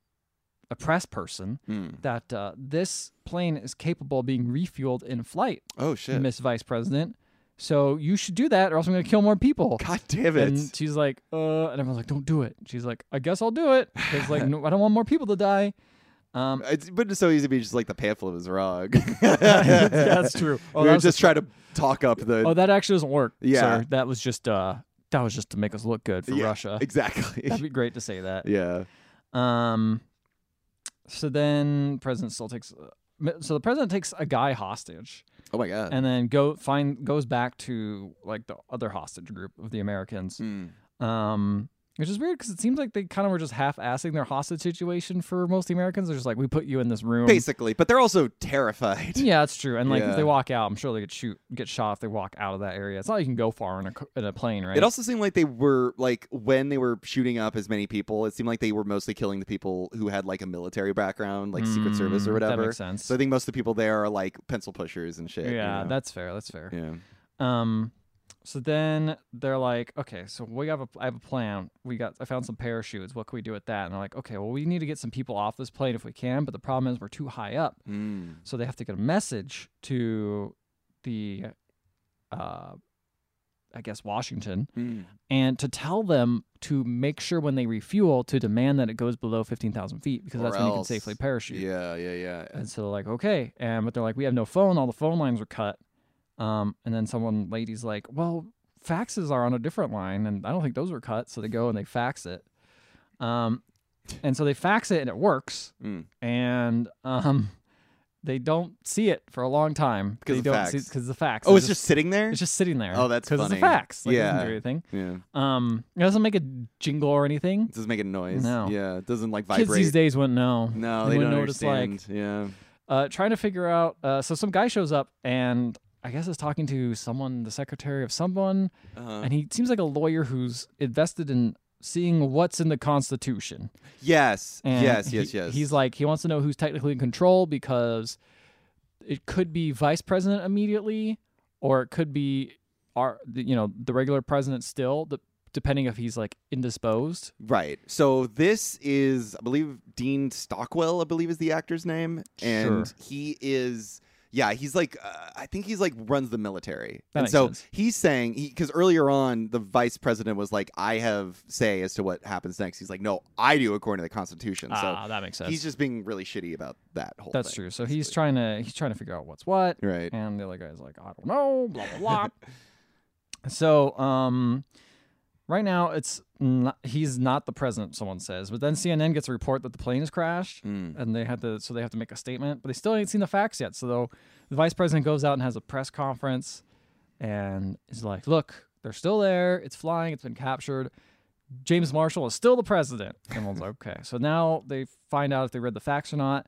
B: a press person
A: Hmm.
B: that uh, this plane is capable of being refueled in flight."
A: Oh shit.
B: Miss Vice President. So you should do that, or else I'm going to kill more people.
A: God damn it.
B: And she's like, uh, and everyone's like, don't do it. She's like, I guess I'll do it. It's like, no, I don't want more people to die. Um,
A: It's but it's so easy to be just like the pamphlet was wrong.
B: yeah, that's true. Oh,
A: we
B: that
A: were
B: was a-
A: just trying to talk up the
B: oh, that actually doesn't work.
A: Yeah.
B: sir. that was just uh, that was just to make us look good for
A: Yeah,
B: Russia.
A: Exactly.
B: That'd be great to say that.
A: yeah.
B: Um, so then president still takes. uh, So the president takes a guy hostage.
A: Oh my god.
B: and then go
A: Hmm.
B: find goes back to like the other hostage group of the Americans.
A: Mm.
B: Um, Which is weird because it seems like they kind of were just half-assing their hostage situation for most Americans. They're just like, we put you in this room.
A: basically. But they're also terrified.
B: Yeah, that's true. And like
A: Yeah.
B: if they walk out, I'm sure they get shoot get shot if they walk out of that area. It's not like you can go far in a c- in a plane, right?
A: It also seemed like they were like when they were shooting up as many people, it seemed like they were mostly killing the people who had like a military background, like Secret Service or
B: Mm, That
A: whatever.
B: makes sense.
A: So I think most of the people there are like pencil pushers and shit. you
B: yeah,
A: know?
B: that's fair. That's fair.
A: yeah.
B: Um, so then they're like, okay, so we have a I have a plan. We got I found some parachutes. What can we do with that? And they're like, okay, well we need to get some people off this plane if we can, but the problem is we're too high up,
A: Mm.
B: so they have to get a message to the, uh, I guess Washington.
A: Mm.
B: and to tell them to make sure when they refuel to demand that it goes below 15,000 feet because
A: Or
B: that's when you can
A: else.
B: safely parachute.
A: Yeah, yeah, yeah.
B: And so they're like, okay. And but they're like, we have no phone. All the phone lines are cut. Um, and then someone, lady's like, well, faxes are on a different line, and I don't think those were cut. So they go and they fax it. Um, and so they fax it and it works.
A: Mm.
B: And um, they don't see it for a long time
A: 'Cause
B: they
A: of
B: don't
A: fax.
B: see because the fax.
A: Oh,
B: They're
A: it's just sitting there.
B: it's just sitting there.
A: Oh, that's
B: because it's a
A: funny.
B: fax. Like, It
A: Yeah.
B: doesn't do anything.
A: yeah, it
B: Um, it doesn't make a jingle or anything.
A: doesn't make a noise.
B: No.
A: Yeah, it doesn't like
B: Kids these
A: vibrate.
B: days wouldn't know.
A: No,
B: They
A: they, don't
B: wouldn't know what it's like.
A: understand. Yeah,
B: Uh, trying to figure out. Uh, so some guy shows up and I guess is talking to someone, the secretary of someone,
A: uh,
B: and he seems like a lawyer who's invested in seeing what's in the Constitution.
A: yes,
B: And
A: yes,
B: he-
A: yes, yes.
B: He's like he wants to know who's technically in control because it could be vice president immediately, or it could be our, the- you know, the regular president still, the, depending if he's like indisposed.
A: Right. So this is, I believe, Dean Stockwell. I believe is the actor's name, and
B: Sure.
A: he is. Yeah, he's like, uh, I think he's like runs the military,
B: That
A: and
B: makes
A: so
B: sense.
A: he's saying because earlier on the vice president was like, I have say as to what happens next. He's like, no, I do according to the Constitution.
B: ah, that makes
A: so
B: sense.
A: he's just being really shitty about that whole.
B: That's
A: thing,
B: true. So he's
A: basically.
B: trying to he's trying to figure out what's what,
A: Right.
B: and the other guy's like, I don't know, blah blah blah. so um, right now it's not, he's not the president. Someone says, but then CNN gets a report that the plane has crashed,
A: Mm.
B: and they had to so they have to make a statement, but they still ain't seen the facts yet. So though the vice president goes out and has a press conference, and is like, look, they're still there. It's flying. It's been captured. James Marshall is still the president. And everyone's like, okay. So now they find out if they read the facts or not.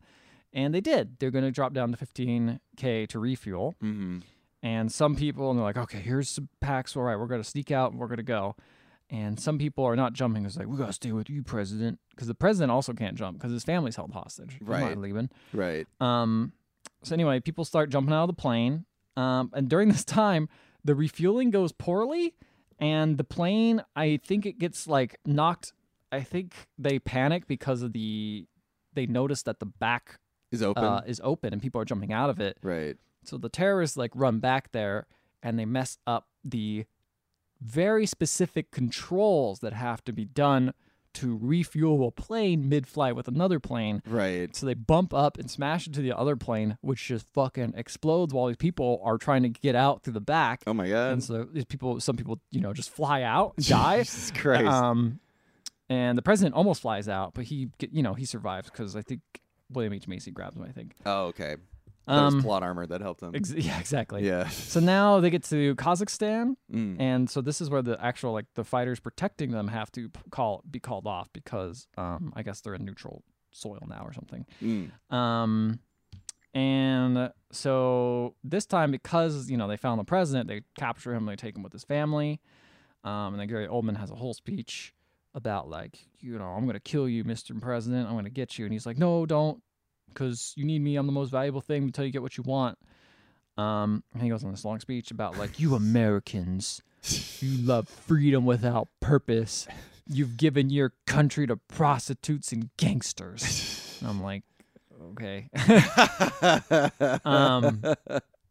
B: And they did. They're going to drop down to 15K to refuel.
A: Mhm.
B: And some people, and they're like, okay, here's some packs. All right, we're going to sneak out and we're going to go. And some people are not jumping. It's like, we got to stay with you, president. Because the president also can't jump because his family's held hostage. He's not
A: Right.
B: leaving.
A: Right.
B: Um, so anyway, people start jumping out of the plane. Um, and during this time, the refueling goes poorly, and the plane, I think it gets like knocked. I think they panic because of the they notice that the back
A: Is open.
B: uh, is open and people are jumping out of it.
A: right.
B: So the terrorists like run back there and they mess up the very specific controls that have to be done to refuel a plane mid-flight with another plane
A: Right.
B: so they bump up and smash into the other plane, which just fucking explodes while these people are trying to get out through the back.
A: Oh my God.
B: and so these people, some people, you know, just fly out, and die.
A: Jesus Christ.
B: Um, and the president almost flies out, but he, get- you know, he survives because I think William H Macy grabs him. I think.
A: oh, okay. That was
B: Um,
A: plot armor that helped him.
B: ex- yeah, exactly.
A: yeah.
B: So now they get to Kazakhstan,
A: Mm.
B: and so this is where the actual like the fighters protecting them have to p- call be called off because um I guess they're in neutral soil now or something.
A: Mm.
B: Um, and so this time, because you know they found the president, they capture him, they take him with his family, um, and then Gary Oldman has a whole speech about like, you know, I'm gonna kill you, Mr. President, I'm gonna get you, and he's like, no, don't, because you need me, I'm the most valuable thing until you get what you want. Um, and he goes on this long speech about like, you Americans, you love freedom without purpose. You've given your country to prostitutes and gangsters. And I'm like, okay. Um,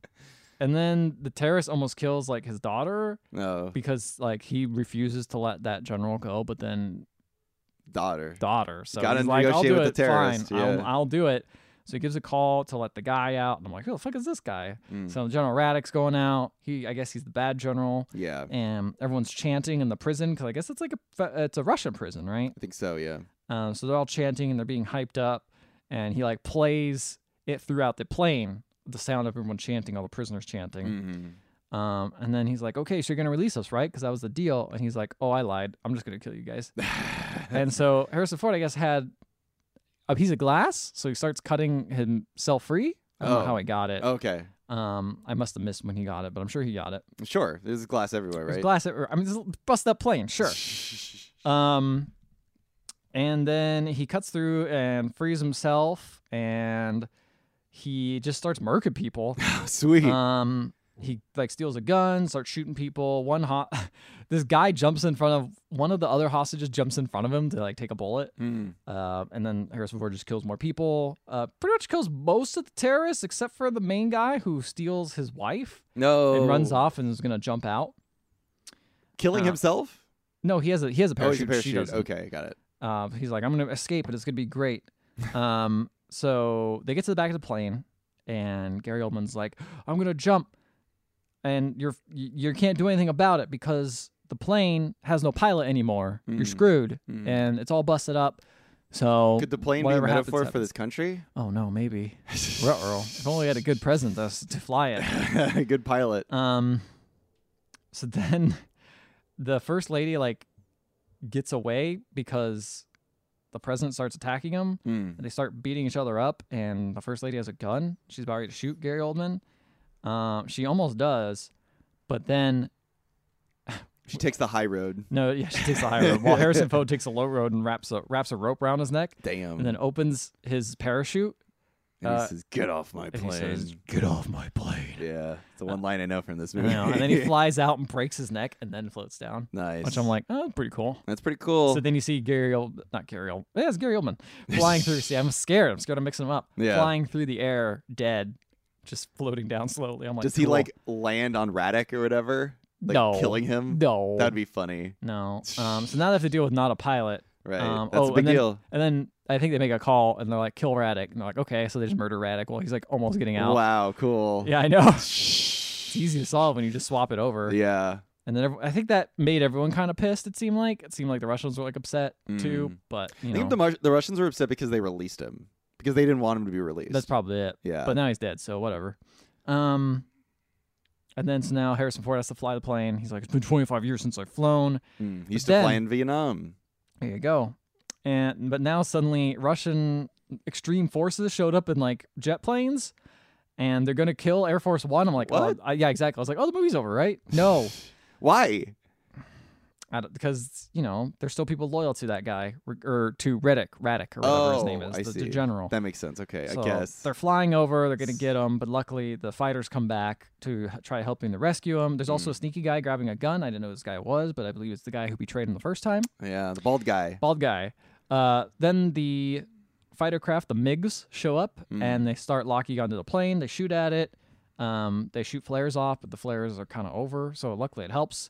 B: and then the terrorist almost kills like his daughter
A: no,
B: because like he refuses to let that general go, but then
A: daughter.
B: daughter. So
A: Gotta
B: he's like, I'll
A: negotiate
B: do
A: with
B: it.
A: the terrorist,
B: Fine,
A: yeah.
B: I'll, I'll do it. So he gives a call to let the guy out, and I'm like, who the fuck is this guy?
A: Mm.
B: So General Radek's going out. He, I guess he's the bad general,
A: yeah, I
B: and everyone's chanting in the prison because I guess it's like a, fe- it's a Russian prison, right?
A: think so. Yeah.
B: Um, so they're all chanting and they're being hyped up, and he like plays it throughout the plane, the sound of everyone chanting, all the prisoners chanting.
A: hmm
B: Um, and then he's like, okay, so you're going to release us, right? Because that was the deal. And he's like, oh, I lied. I'm just going to kill you guys.
A: Mm-hmm.
B: and so Harrison Ford, I guess, had a piece of glass. So he starts cutting himself free. I don't
A: Oh.
B: know how he got it.
A: Okay,
B: Um, I must have missed when he got it, but I'm sure he got it.
A: sure. There's glass everywhere,
B: There's
A: right?
B: glass. everywhere. I mean, just bust that plane, sure. Um, and then he cuts through and frees himself, and he just starts murking people.
A: Oh, Sweet.
B: Um, he like steals a gun, starts shooting people. One hot, this guy jumps in front of one of the other hostages jumps in front of him to like take a bullet.
A: Mm.
B: Uh, and then Harrison Ford just kills more people. Uh, pretty much kills most of the terrorists except for the main guy who steals his wife
A: No.
B: and runs off and is gonna jump out.
A: killing
B: Uh,
A: himself.
B: No, he has a he has a
A: Oh, he's
B: parachute.
A: a
B: She
A: parachute.
B: doesn't.
A: Okay, got it.
B: Uh, he's like, I'm gonna escape, but it's gonna be great. Um, so they get to the back of the plane, and Gary Oldman's like, I'm gonna jump, and you're you you can't do anything about it because the plane has no pilot anymore. You're
A: Mm.
B: screwed,
A: Mm.
B: and it's all busted up. So
A: Could the plane be a
B: whatever happens,
A: metaphor for
B: happens.
A: this country?
B: Oh no, maybe. Ruh-roh. If only I had a good present to, s- to fly it.
A: Good pilot.
B: Um, so then the first lady like gets away because the president starts attacking him.
A: Mm.
B: They start beating each other up, and the first lady has a gun. She's about ready to shoot Gary Oldman. Um, she almost does, but then
A: She takes the high road.
B: no, yeah, she takes the high road. While Harrison Ford takes a low road and wraps a wraps a rope around his neck,
A: Damn.
B: and then opens his parachute.
A: And he
B: uh,
A: says, "Get off my
B: and he
A: plane."
B: says, "Get off my plane!"
A: yeah, it's the one line I know from this
B: You
A: movie.
B: know, and then he flies out and breaks his neck, and then floats down.
A: nice.
B: Which I'm like, oh, pretty cool.
A: that's pretty cool.
B: So then you see Gary Old, not Gary Old, yeah, it's Gary Oldman flying through. See, I'm scared. I'm scared I'm mixing them up.
A: Yeah.
B: Flying through the air, dead, just floating down slowly. I'm like,
A: Does he
B: cool.
A: like land on Radek or whatever? Like
B: No.
A: killing him?
B: No,
A: That'd be funny.
B: no. Um, so now they have to deal with not a pilot.
A: Right.
B: Um,
A: That's a
B: oh,
A: big
B: and then-
A: deal.
B: And then I think they make a call and they're like, kill Raddick. And they're like, okay. So they just murder Raddick while he's like almost getting out.
A: Wow, cool.
B: Yeah, I know. it's easy to solve when you just swap it over.
A: Yeah.
B: And then every- I think that made everyone kind of pissed. It seemed like it seemed like the Russians were like upset too.
A: Mm.
B: But you
A: I
B: know,
A: think the, Mar- the Russians were upset because they released him because they didn't want him to be released.
B: that's probably it.
A: yeah.
B: but now he's dead, so whatever. Um, and then so now Harrison Ford has to fly the plane. He's like, it's been 25 years since I've flown.
A: Mm, he used
B: then-
A: to fly in Vietnam.
B: There you go. And but now suddenly Russian extreme forces showed up in like jet planes, and they're gonna kill Air Force One. I'm like,
A: What?
B: oh I, yeah, exactly. I was like, oh, the movie's over, right? No,
A: Why?
B: I don't- because you know there's still people loyal to that guy or, or to Reddick, Raddick or whatever his name
A: Oh,
B: is,
A: I
B: the, the
A: see.
B: general.
A: That makes sense. Okay,
B: So
A: I guess.
B: they're flying over. They're gonna get him, but luckily the fighters come back to h- try helping to rescue him. There's
A: Hmm.
B: also a sneaky guy grabbing a gun. I didn't know who this guy was, but I believe it's the guy who betrayed him the first time.
A: Yeah, the bald guy.
B: Bald guy. Uh, then the fighter craft, the MiGs, show up
A: Hmm.
B: and they start locking onto the plane. They shoot at it. Um, they shoot flares off, but the flares are kind of over, so luckily it helps.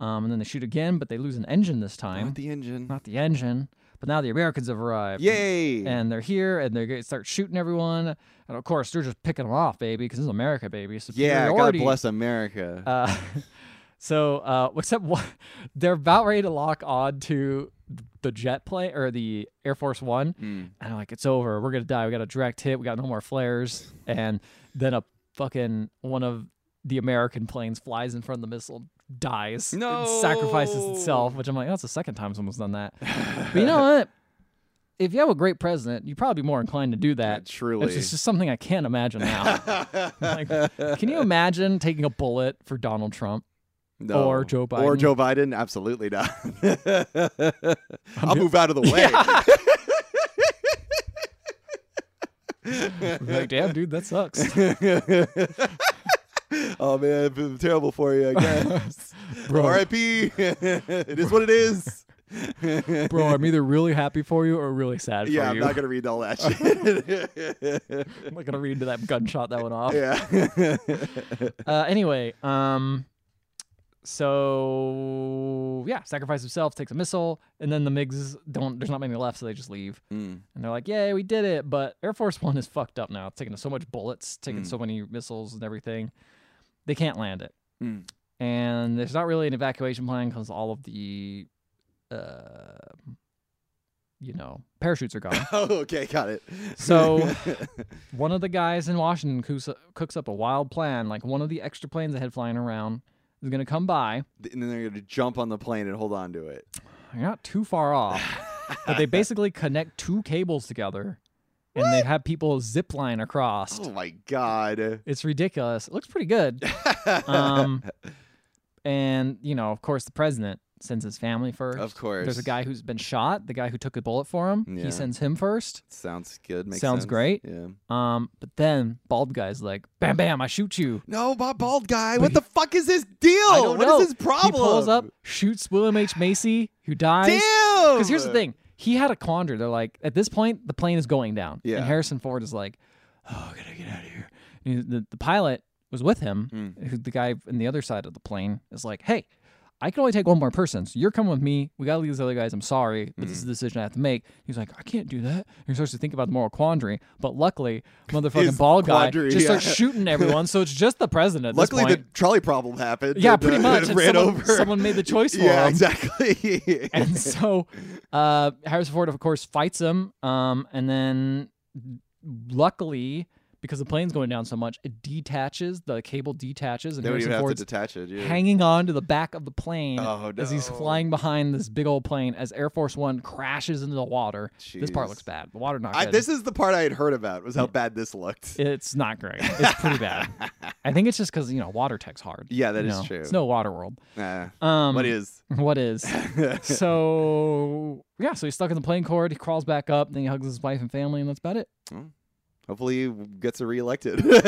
B: Um, and then they shoot again, but they lose an engine this time,
A: Not the engine.
B: not the engine. But now the Americans have arrived
A: Yay!
B: and they're here and they're gonna start shooting everyone and of course they're just picking them off baby because this is america baby
A: yeah, God
B: Superiority.
A: bless America.
B: uh, so uh except one, they're about ready to lock on to the jet plane or the air force one
A: Mm.
B: and I'm like it's over we're gonna die we got a direct hit we got no more flares and then a fucking one of the american planes flies in front of the missile dies and sacrifices itself which i'm like that's the second time someone's done that but you know what if you have a great president you'd probably be more inclined to do that
A: Truly.
B: it's just- just something I can't imagine now. Like, can you imagine taking a bullet for Donald Trump?
A: No.
B: or Joe
A: Or
B: Biden.
A: Joe Biden? Absolutely not. I'll move out of the way.
B: Like, damn, dude, that sucks.
A: oh man, it's been terrible for you, I guess.
B: Bro.
A: R.I.P. it is what it is.
B: Bro, I'm either really happy for you or really sad for
A: yeah, I'm
B: you.
A: not gonna read all that shit.
B: I'm not gonna read into that gunshot that went off.
A: yeah.
B: Uh, anyway, um, so yeah, sacrifice himself, takes a missile, and then the MiGs don't. There's not many left, so they just leave.
A: Mm.
B: And they're like, "Yay, we did it!" But Air Force One is fucked up now. It's taking so much bullets, taking so many missiles and everything. They can't land it.
A: Mm.
B: and there's not really an evacuation plan because all of the uh, you know, parachutes are gone.
A: Oh, okay, got it.
B: So one of the guys in Washington cooks, cooks up a wild plan, like one of the extra planes they had flying around is going to come by.
A: and then they're going to jump on the plane and hold on to it.
B: You're not too far off, but they basically connect two cables together, and they have people zip line across.
A: Oh my god.
B: It's ridiculous. It looks pretty good. Um, and you know, of course, the president sends his family first.
A: Of course.
B: There's a guy who's been shot. The guy who took a bullet for him.
A: Yeah.
B: He sends him first.
A: Sounds good. Makes
B: Sounds
A: sense.
B: great.
A: Yeah.
B: Um, but then bald guy's like, "Bam, bam! I shoot you."
A: No, my bald guy. What the fuck is this deal?
B: I don't
A: What is
B: know.
A: his problem?
B: He pulls up, shoots William H Macy, who dies.
A: Damn.
B: Because here's the thing. He had a quandary. They're like, at this point, the plane is going down.
A: Yeah.
B: And Harrison Ford is like, oh, I gotta get out of here. And he- the, the pilot was with him.
A: Hmm.
B: who- The guy on the other side of the plane is like, hey, I can only take one more person. So you're coming with me. We gotta leave these other guys. I'm sorry, but
A: Hmm.
B: this is a decision I have to make. He's like, I can't do that. And he starts to think about the moral quandary. But luckily,
A: His
B: motherfucking bald guy
A: quandary,
B: just starts
A: yeah.
B: shooting everyone. So it's just the president at
A: Luckily,
B: this
A: the
B: point.
A: trolley problem happened.
B: yeah,
A: and,
B: pretty
A: uh,
B: much. And
A: ran
B: someone,
A: over.
B: someone made the choice for
A: yeah,
B: him
A: exactly.
B: and so uh, Harrison Ford, of course, fights him. Um, and then, luckily, because the plane's going down so much, it detaches. The cable detaches, and
A: they don't even
B: Harrison
A: have to
B: Ford's
A: detach it. Yeah.
B: hanging on to the back of the plane
A: Oh,
B: as he's
A: no.
B: flying behind this big old plane as Air Force One crashes into the water. This part
A: Jeez.
B: looks bad. The water not
A: I,
B: good.
A: this is the part I had heard about was how bad this looked.
B: it's not great. It's pretty bad. I think it's just because you know water tech's hard.
A: Yeah, that
B: that is
A: is true.
B: It's no water world.
A: Nah.
B: Um,
A: what is?
B: What is? so yeah, so he's stuck in the plane cord. He crawls back up, then he hugs his wife and family, and that's about it.
A: Hopefully, he gets reelected.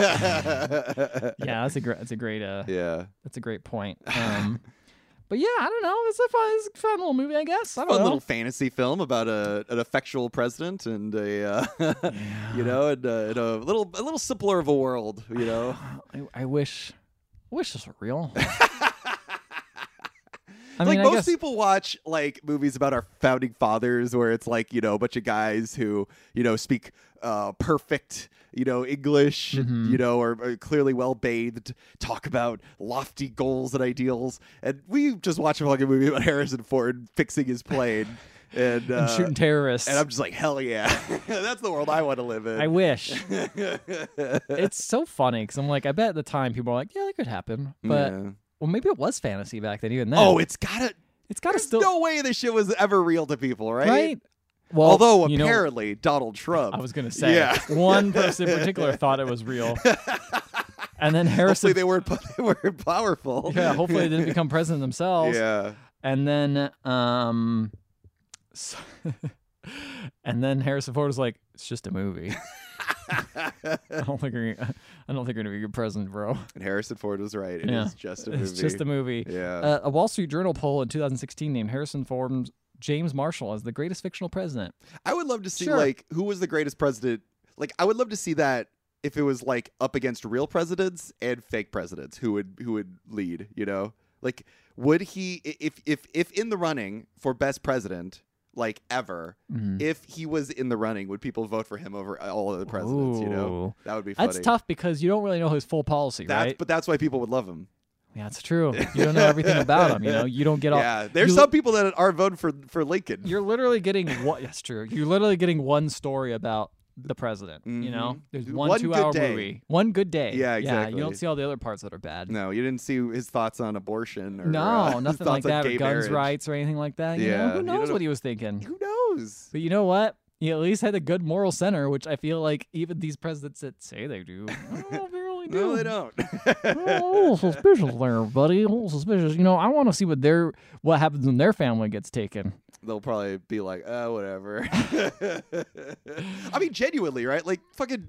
B: Yeah, that's a great, that's a great, uh,
A: Yeah.
B: that's a great point. Um, but yeah, I don't know. It's a fun, it's a fun little movie, I guess. I don't
A: fun
B: know.
A: little fantasy film about a an effectual president and a uh, you know and, uh, and a little a little simpler of a world you know
B: I, I wish, I wish this were real. I
A: like
B: mean,
A: most
B: I guess,
A: people watch like movies about our founding fathers where it's like you know a bunch of guys who you know speak uh, perfect you know english and,
B: Mm-hmm.
A: you know are, are clearly well bathed talk about lofty goals and ideals and we just watch a fucking movie about harrison ford fixing his plane and, uh,
B: and shooting terrorists.
A: And I'm just like, hell yeah, that's the world I want to live in.
B: I wish. it's so funny because I'm like, I bet at the time people were like, yeah, that could happen, but
A: Yeah.
B: well, maybe it was fantasy back then. Even then,
A: oh, it's gotta.
B: it's gotta
A: There's
B: still
A: no way this shit was ever real to people, right?
B: right? Well,
A: Although
B: you know,
A: apparently Donald Trump.
B: I was gonna say
A: Yeah.
B: one person in particular thought it was real, and
A: Hopefully
B: then Harrison.
A: they weren't. They weren't powerful.
B: yeah, hopefully they didn't become president themselves.
A: Yeah.
B: And then, um, so- and then Harrison Ford was like, "It's just a movie. I don't think you're, I don't think you're gonna be a good president, bro.
A: And Harrison Ford was right. It is
B: Yeah.
A: just a movie.
B: It's just a movie."
A: Yeah.
B: Uh, a Wall Street Journal poll in 2016 named Harrison Ford James Marshall as the greatest fictional president.
A: I would love to see
B: Sure.
A: like who was the greatest president. Like I would love to see that if it was like up against real presidents and fake presidents, who would who would lead? You know, like would he i- if if if in the running for best president like ever,
B: Mm.
A: if he was in the running, would people vote for him over all other presidents? You know,
B: Ooh.
A: that would be funny.
B: That's tough because you don't really know his full policy,
A: That's,
B: right?
A: But that's why people would love him.
B: Yeah, it's true. You don't know everything about him. You know, you don't get all.
A: yeah, there's
B: you-
A: some people that are voting for for Lincoln.
B: You're literally getting one. That's true. You're literally getting one story about the president. You know,
A: Mhm.
B: there's one,
A: One
B: two-hour
A: good day.
B: movie, one good day.
A: Yeah,
B: Yeah, you
A: exactly.
B: don't see all the other parts that are bad.
A: no, you didn't see his thoughts on abortion or
B: No,
A: uh, his
B: nothing like
A: thoughts on
B: that. Or
A: gay
B: guns
A: marriage.
B: rights or anything like that. You
A: Yeah,
B: know, who
A: you
B: knows
A: don't-
B: what he was thinking?
A: Who knows?
B: But you know what? He at least had a good moral center, which I feel like even these presidents that say they do, I don't know if they really do.
A: No, they don't.
B: Oh, a little suspicious there, buddy. A little suspicious. You know, I want to see what their what happens when their family gets taken.
A: They'll probably be like, oh, whatever. I mean, genuinely, right? Like, fucking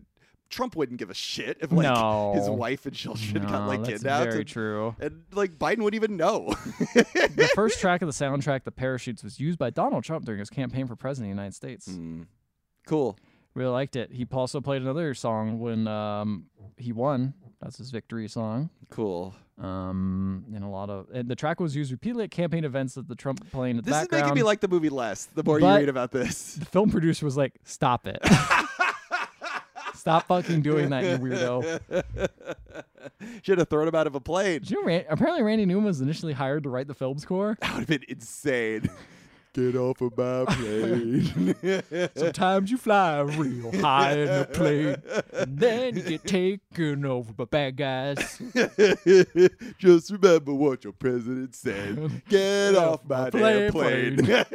A: Trump wouldn't give a shit if like his
B: No.
A: wife and children
B: no,
A: got like
B: that's
A: kidnapped,
B: very
A: and,
B: true.
A: and like Biden wouldn't even know.
B: The first track of the soundtrack, "The Parachutes," was used by Donald Trump during his campaign for president of the United States.
A: Mm. cool.
B: Really liked it. He also played another song when um, he won. That's his victory song.
A: Cool.
B: Um, and a lot of and the track was used repeatedly at campaign events that the Trump playing in the
A: This is
B: background.
A: making me like the movie less the more you
B: But-
A: read about this.
B: the film producer was like, "Stop it." Stop fucking doing that, you weirdo.
A: Should have thrown him out of a plane.
B: Did you know Ran- apparently Randy Newman was initially hired to write the film score?
A: That would have been insane. Get off of my plane.
B: Sometimes you fly real high in a plane, and then you get taken over by bad guys.
A: Just remember what your president said. Get off my damn
B: Plane,
A: plane. that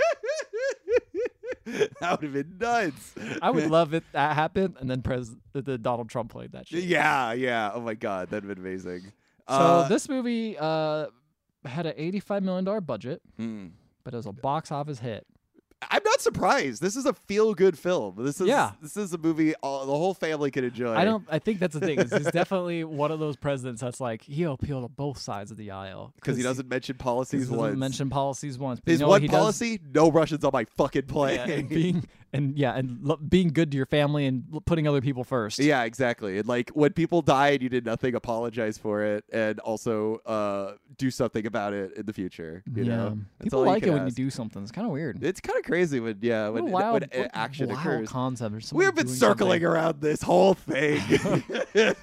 A: would have been nuts.
B: I would love it that happened, and then pres- the, the Donald Trump played that shit.
A: Yeah, yeah. Oh my god, that'd have been amazing.
B: So
A: Uh,
B: this movie uh, had an eighty-five million dollar budget,
A: hmm.
B: but it was a box office hit.
A: I'm not surprised. This is a feel-good film. This is
B: Yeah.
A: this is a movie all, the whole family could enjoy.
B: I don't. I think that's the thing. Is he's definitely one of those presidents that's like he appealed to both sides of the aisle
A: because he doesn't mention policies
B: He doesn't
A: once.
B: mention policies once. but you
A: His
B: know what
A: one
B: he does?
A: policy: no Russians on my fucking
B: Yeah,
A: plane.
B: and
A: Yeah,
B: being and yeah, and lo- being good to your family and l- putting other people first.
A: exactly. And like when people died, you did nothing. Apologize for it, and also uh, do something about it in the future. You
B: Yeah.
A: know, That's
B: people
A: all
B: like
A: you
B: it
A: can
B: when you
A: ask.
B: do something. It's kind of weird.
A: It's kind of crazy when yeah
B: What a
A: when,
B: wild,
A: when
B: what
A: a-
B: a
A: action
B: wild
A: occurs.
B: concept. There's someone
A: We've been
B: doing
A: circling
B: something.
A: around this whole thing.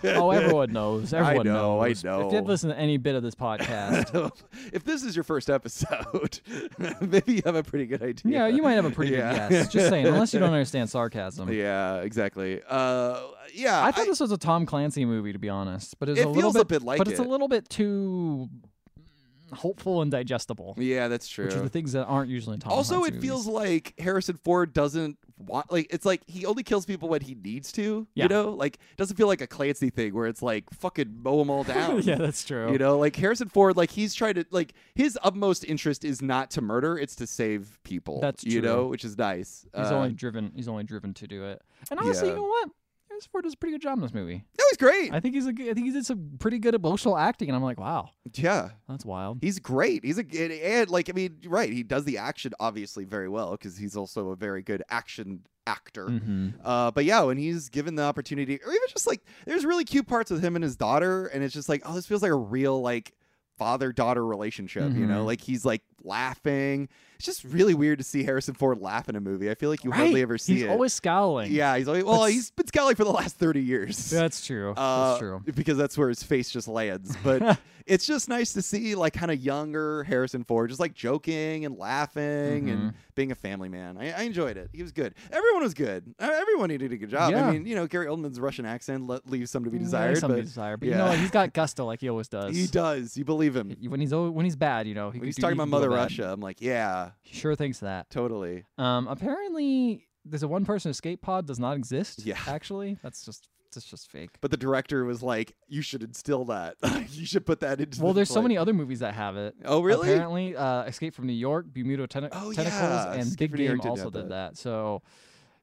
B: Oh, everyone knows. Everyone
A: know, I
B: knows. If
A: know.
B: you've listened to any bit of this podcast,
A: if this is your first episode, maybe you have a pretty good idea.
B: yeah, you might have a pretty
A: Yeah.
B: good guess. Just saying, unless you don't understand sarcasm.
A: Yeah, exactly. Uh, yeah,
B: I thought this was a Tom Clancy movie, to be honest, but it's
A: It
B: a little
A: feels a
B: bit,
A: bit like
B: but it's a
A: it.
B: little bit too hopeful and digestible,
A: yeah, that's true.
B: which are the things that aren't usually in Tom.
A: also,
B: Clancy
A: it
B: movies.
A: feels like Harrison Ford doesn't want like it's like he only kills people when he needs to.
B: Yeah.
A: You know, like it doesn't feel like a Clancy thing where it's like fucking mow them all down.
B: yeah, that's true.
A: You know, like Harrison Ford, like he's trying to like his utmost interest is not to murder; it's to save people.
B: That's
A: you
B: true.
A: know, which is nice.
B: He's
A: Uh,
B: only driven. He's only driven to do it. And honestly,
A: Yeah.
B: you know what? Harrison Ford does a pretty good job in this movie.
A: that was great.
B: I think he's a. good- I think he did some pretty good emotional acting, and I'm like, wow,
A: yeah,
B: that's wild.
A: he's great. He's a and, and like I mean, right? He does the action obviously very well because he's also a very good action actor.
B: Mm-hmm.
A: Uh, but yeah, when he's given the opportunity, or even just like there's really cute parts with him and his daughter, and it's just like, oh, this feels like a real like father daughter relationship, you know?
B: Mhm.
A: Like he's like laughing. It's just really weird to see Harrison Ford laugh in a movie. I feel like you hardly ever see
B: he's
A: it.
B: always scowling.
A: yeah, he's always well,
B: That's-
A: he's been scowling for the last thirty years.
B: that's true.
A: Uh,
B: that's true.
A: Because that's where his face just lands. But it's just nice to see like kind of younger Harrison Ford, just like joking and laughing and
B: Mhm.
A: being a family man. I, I enjoyed it. He was good. Everyone was good. Uh, Everyone he did a good job.
B: Yeah.
A: I mean, you know, Gary Oldman's Russian accent le- leaves some to be
B: Yeah,
A: desired,
B: something to
A: but
B: desire, but you
A: yeah.
B: know what? He's got gusto like he always does.
A: he does. You believe him.
B: When he's al- when he's bad, you know, he
A: When
B: could
A: he's
B: do
A: talking about
B: even real
A: Mother
B: bad.
A: Russia, I'm like, yeah,
B: He sure thinks that.
A: totally.
B: Um, apparently, there's a one-person escape pod does not exist.
A: Yeah.
B: actually, that's just that's just fake.
A: But the director was like, you should instill that. you should put that into.
B: well,
A: the
B: there's so
A: play.
B: many other movies that have it.
A: Oh, really?
B: Apparently, uh, Escape from New York, Bermuda Ten-
A: Oh,
B: Tentacles,
A: yeah,
B: and
A: Escape
B: Big
A: from New
B: Game
A: York did
B: also
A: have
B: did
A: that.
B: that. So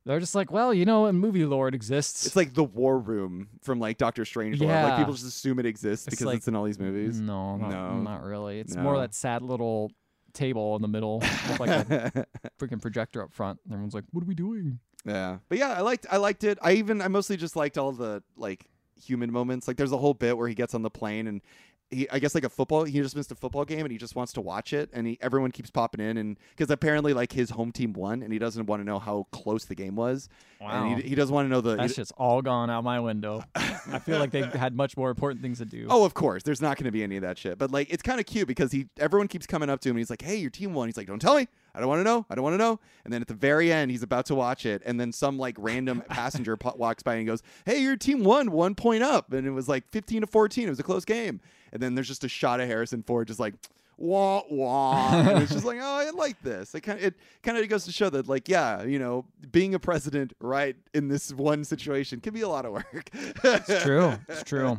B: they're just like, well, you know, a movie lore it exists.
A: It's like the war room from like Doctor Strange. Like
B: Yeah.
A: people just assume it exists
B: It's
A: because
B: like-
A: it's in all these movies.
B: no, not,
A: No.
B: not really. It's more
A: No.
B: that sad little table in the middle, with like a freaking projector up front. And everyone's like, what are we doing?
A: yeah. But yeah, I liked I liked it. I even I mostly just liked all the like human moments. Like there's a whole bit where he gets on the plane and he I guess like a football he just missed a football game and he just wants to watch it and he everyone keeps popping in and because apparently like his home team won and he doesn't want to know how close the game was. And he, he doesn't want to know the
B: That
A: he-
B: shit's all gone out my window. I feel like they had much more important things to do.
A: Oh, of course. There's not going to be any of that shit. But like, it's kind of cute because he, everyone keeps coming up to him and he's like, "Hey, your team won." He's like, "Don't tell me. I don't want to know. I don't want to know." And then at the very end, he's about to watch it, and then some like random passenger po- walks by and goes, "Hey, your team won one point up," and it was like 15 to 14. It was a close game. And then there's just a shot of Harrison Ford just like. Wah wah, and it's just like oh, I like this. It kind of it kind of goes to show that like yeah, you know, being a president right in this one situation can be a lot of work.
B: It's true. It's true.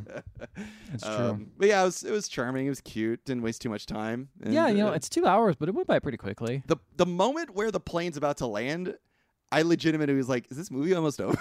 B: It's true.
A: Um, but yeah, it was it was charming. It was cute. Didn't waste too much time. And,
B: yeah, you know,
A: uh,
B: it's two hours, but it went by pretty quickly.
A: the the moment where the plane's about to land, I legitimately was like, "Is this movie almost over?"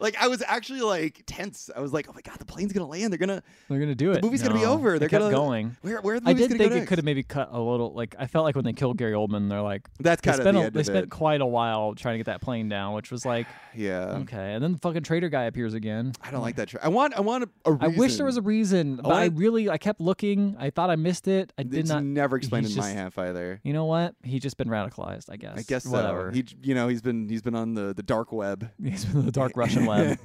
A: like I was actually like tense. I was like, "Oh my god, the plane's gonna land. They're gonna
B: They're gonna do it.
A: the movie's gonna be
B: No,
A: over.
B: it
A: They're
B: kept
A: gonna
B: going.
A: Where where are the
B: I
A: movies gonna
B: did
A: go
B: think it
A: next?"
B: could have maybe cut a little. Like I felt like when they killed Gary Oldman, they're like
A: That's
B: they
A: kind of the
B: spent a,
A: end
B: they
A: of
B: spent
A: it.
B: quite a while trying to get that plane down, which was like
A: Yeah,
B: okay. And then the fucking traitor guy appears again.
A: I don't like that. Tra- I want I want a, a
B: I wish there was a
A: reason.
B: reason, but I,
A: wanna-
B: really I kept looking. I thought I missed it. I did
A: It's
B: not.
A: never explained in
B: he's
A: my
B: just-
A: half either.
B: You know what? He just been radicalized. I guess.
A: I guess so.
B: whatever.
A: He you know he's been he's been on the the dark web.
B: He's in the dark Russian web,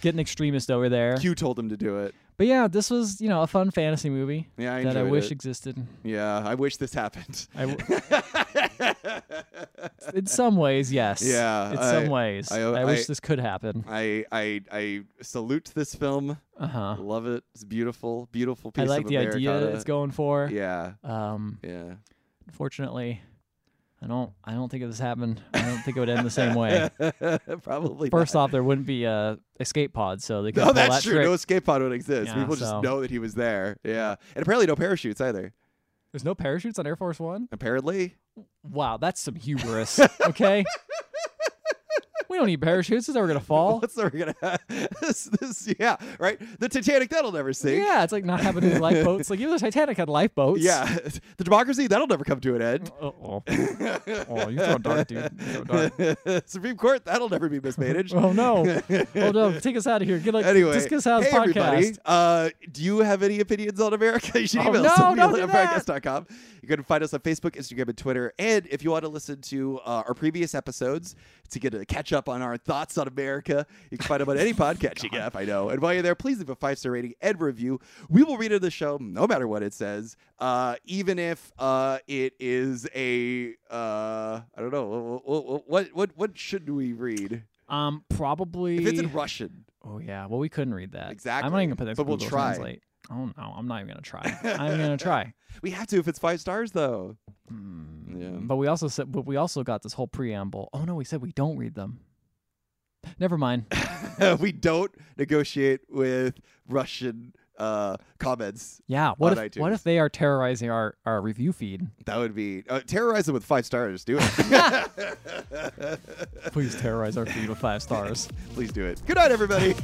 B: getting extremist over there.
A: Q told him to do it.
B: But yeah, this was you know a fun fantasy movie
A: Yeah, I
B: that I
A: enjoyed
B: wish
A: it.
B: existed.
A: Yeah, I wish this happened.
B: I w- in some ways, yes.
A: Yeah,
B: In some
A: I-
B: ways,
A: I-
B: I, wish
A: I-
B: this could happen.
A: I I I salute this film.
B: Uh huh.
A: Love it. It's beautiful, beautiful piece
B: I
A: of
B: like the idea
A: Americana.
B: it's going for.
A: Yeah,
B: Um,
A: yeah.
B: unfortunately, I don't. I don't think it was happened. I don't think it would end the same way.
A: Probably.
B: First
A: not.
B: off, there wouldn't be a escape pod, so they could
A: no,
B: pull
A: that's
B: that
A: true.
B: trick.
A: No escape pod would exist.
B: Yeah,
A: People
B: so-
A: just know that he was there. Yeah, and apparently no parachutes either.
B: There's no parachutes on Air Force One.
A: Apparently,
B: Wow, that's some hubris. Okay. we don't need parachutes. It's never gonna fall.
A: what's we're gonna this this yeah right the Titanic that'll never sink.
B: Yeah, it's like not having any lifeboats. Like even the Titanic had lifeboats.
A: Yeah, the democracy that'll never come to an end.
B: Uh oh. Oh, you throw dark, dude. You throw dark.
A: Supreme Court that'll never be mismanaged.
B: Oh no. Hold up. Take us out of here. Get like
A: Anyway,
B: Discuss us out of
A: hey
B: the podcast.
A: everybody. Uh, do you have any opinions on America? You should
B: Oh,
A: email
B: no,
A: us at
B: don't do that.
A: podcast.com. You can find us on Facebook, Instagram, and Twitter. And if you want to listen to uh, our previous episodes to get a catch up on our thoughts on America, you can find them on
B: Oh,
A: any podcatching app. I know. And while you're there, please leave a five star rating and review. We will read it in the show, no matter what it says, uh, even if uh, it is a uh, I don't know what what what what should we read
B: Um probably
A: if it's in Russian.
B: Oh yeah. Well, we couldn't read that. I'm not
A: Exactly.
B: even gonna put that.
A: But we'll
B: Google
A: try.
B: Translate. Oh no, I'm not even gonna try. I'm gonna try.
A: We have to if it's five stars though. Yeah.
B: But we also said, but we also got this whole preamble. Oh no, we said we don't read them. Never mind.
A: we don't negotiate with Russian uh, comments.
B: Yeah. What
A: On
B: if what
A: iTunes.
B: if they are terrorizing our our review feed?
A: That would be uh, terrorize them with five stars. Do it.
B: Please terrorize our feed with five stars.
A: Please do it. Good night, everybody.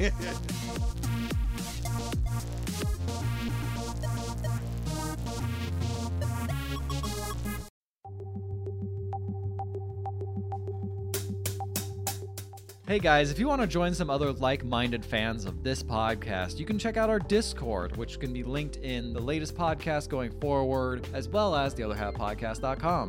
B: Hey guys, if you want to join some other like minded fans of this podcast, you can check out our Discord, which can be linked in the latest podcast going forward, as well as the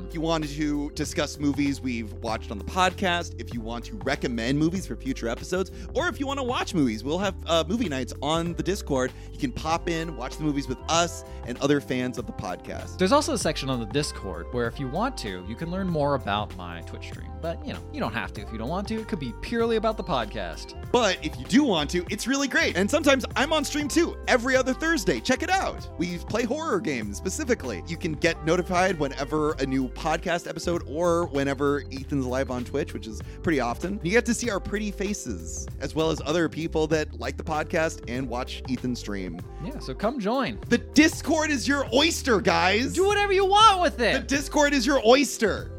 A: If you wanted to discuss movies we've watched on the podcast, if you want to recommend movies for future episodes, or if you want to watch movies, we'll have uh, movie nights on the Discord. You can pop in, watch the movies with us and other fans of the podcast.
B: There's also a section on the Discord where, if you want to, you can learn more about my Twitch stream. But, you know, you don't have to if you don't want to. It could be purely about the podcast.
A: But if you do want to, it's really great. And sometimes I'm on stream too, every other Thursday. Check it out. We play horror games specifically. You can get notified whenever a new podcast episode or whenever Ethan's live on Twitch, which is pretty often. You get to see our pretty faces, as well as other people that like the podcast and watch Ethan stream.
B: Yeah, so come join.
A: The Discord is your oyster, guys.
B: Do whatever you want with
A: The
B: it.
A: Discord is your oyster.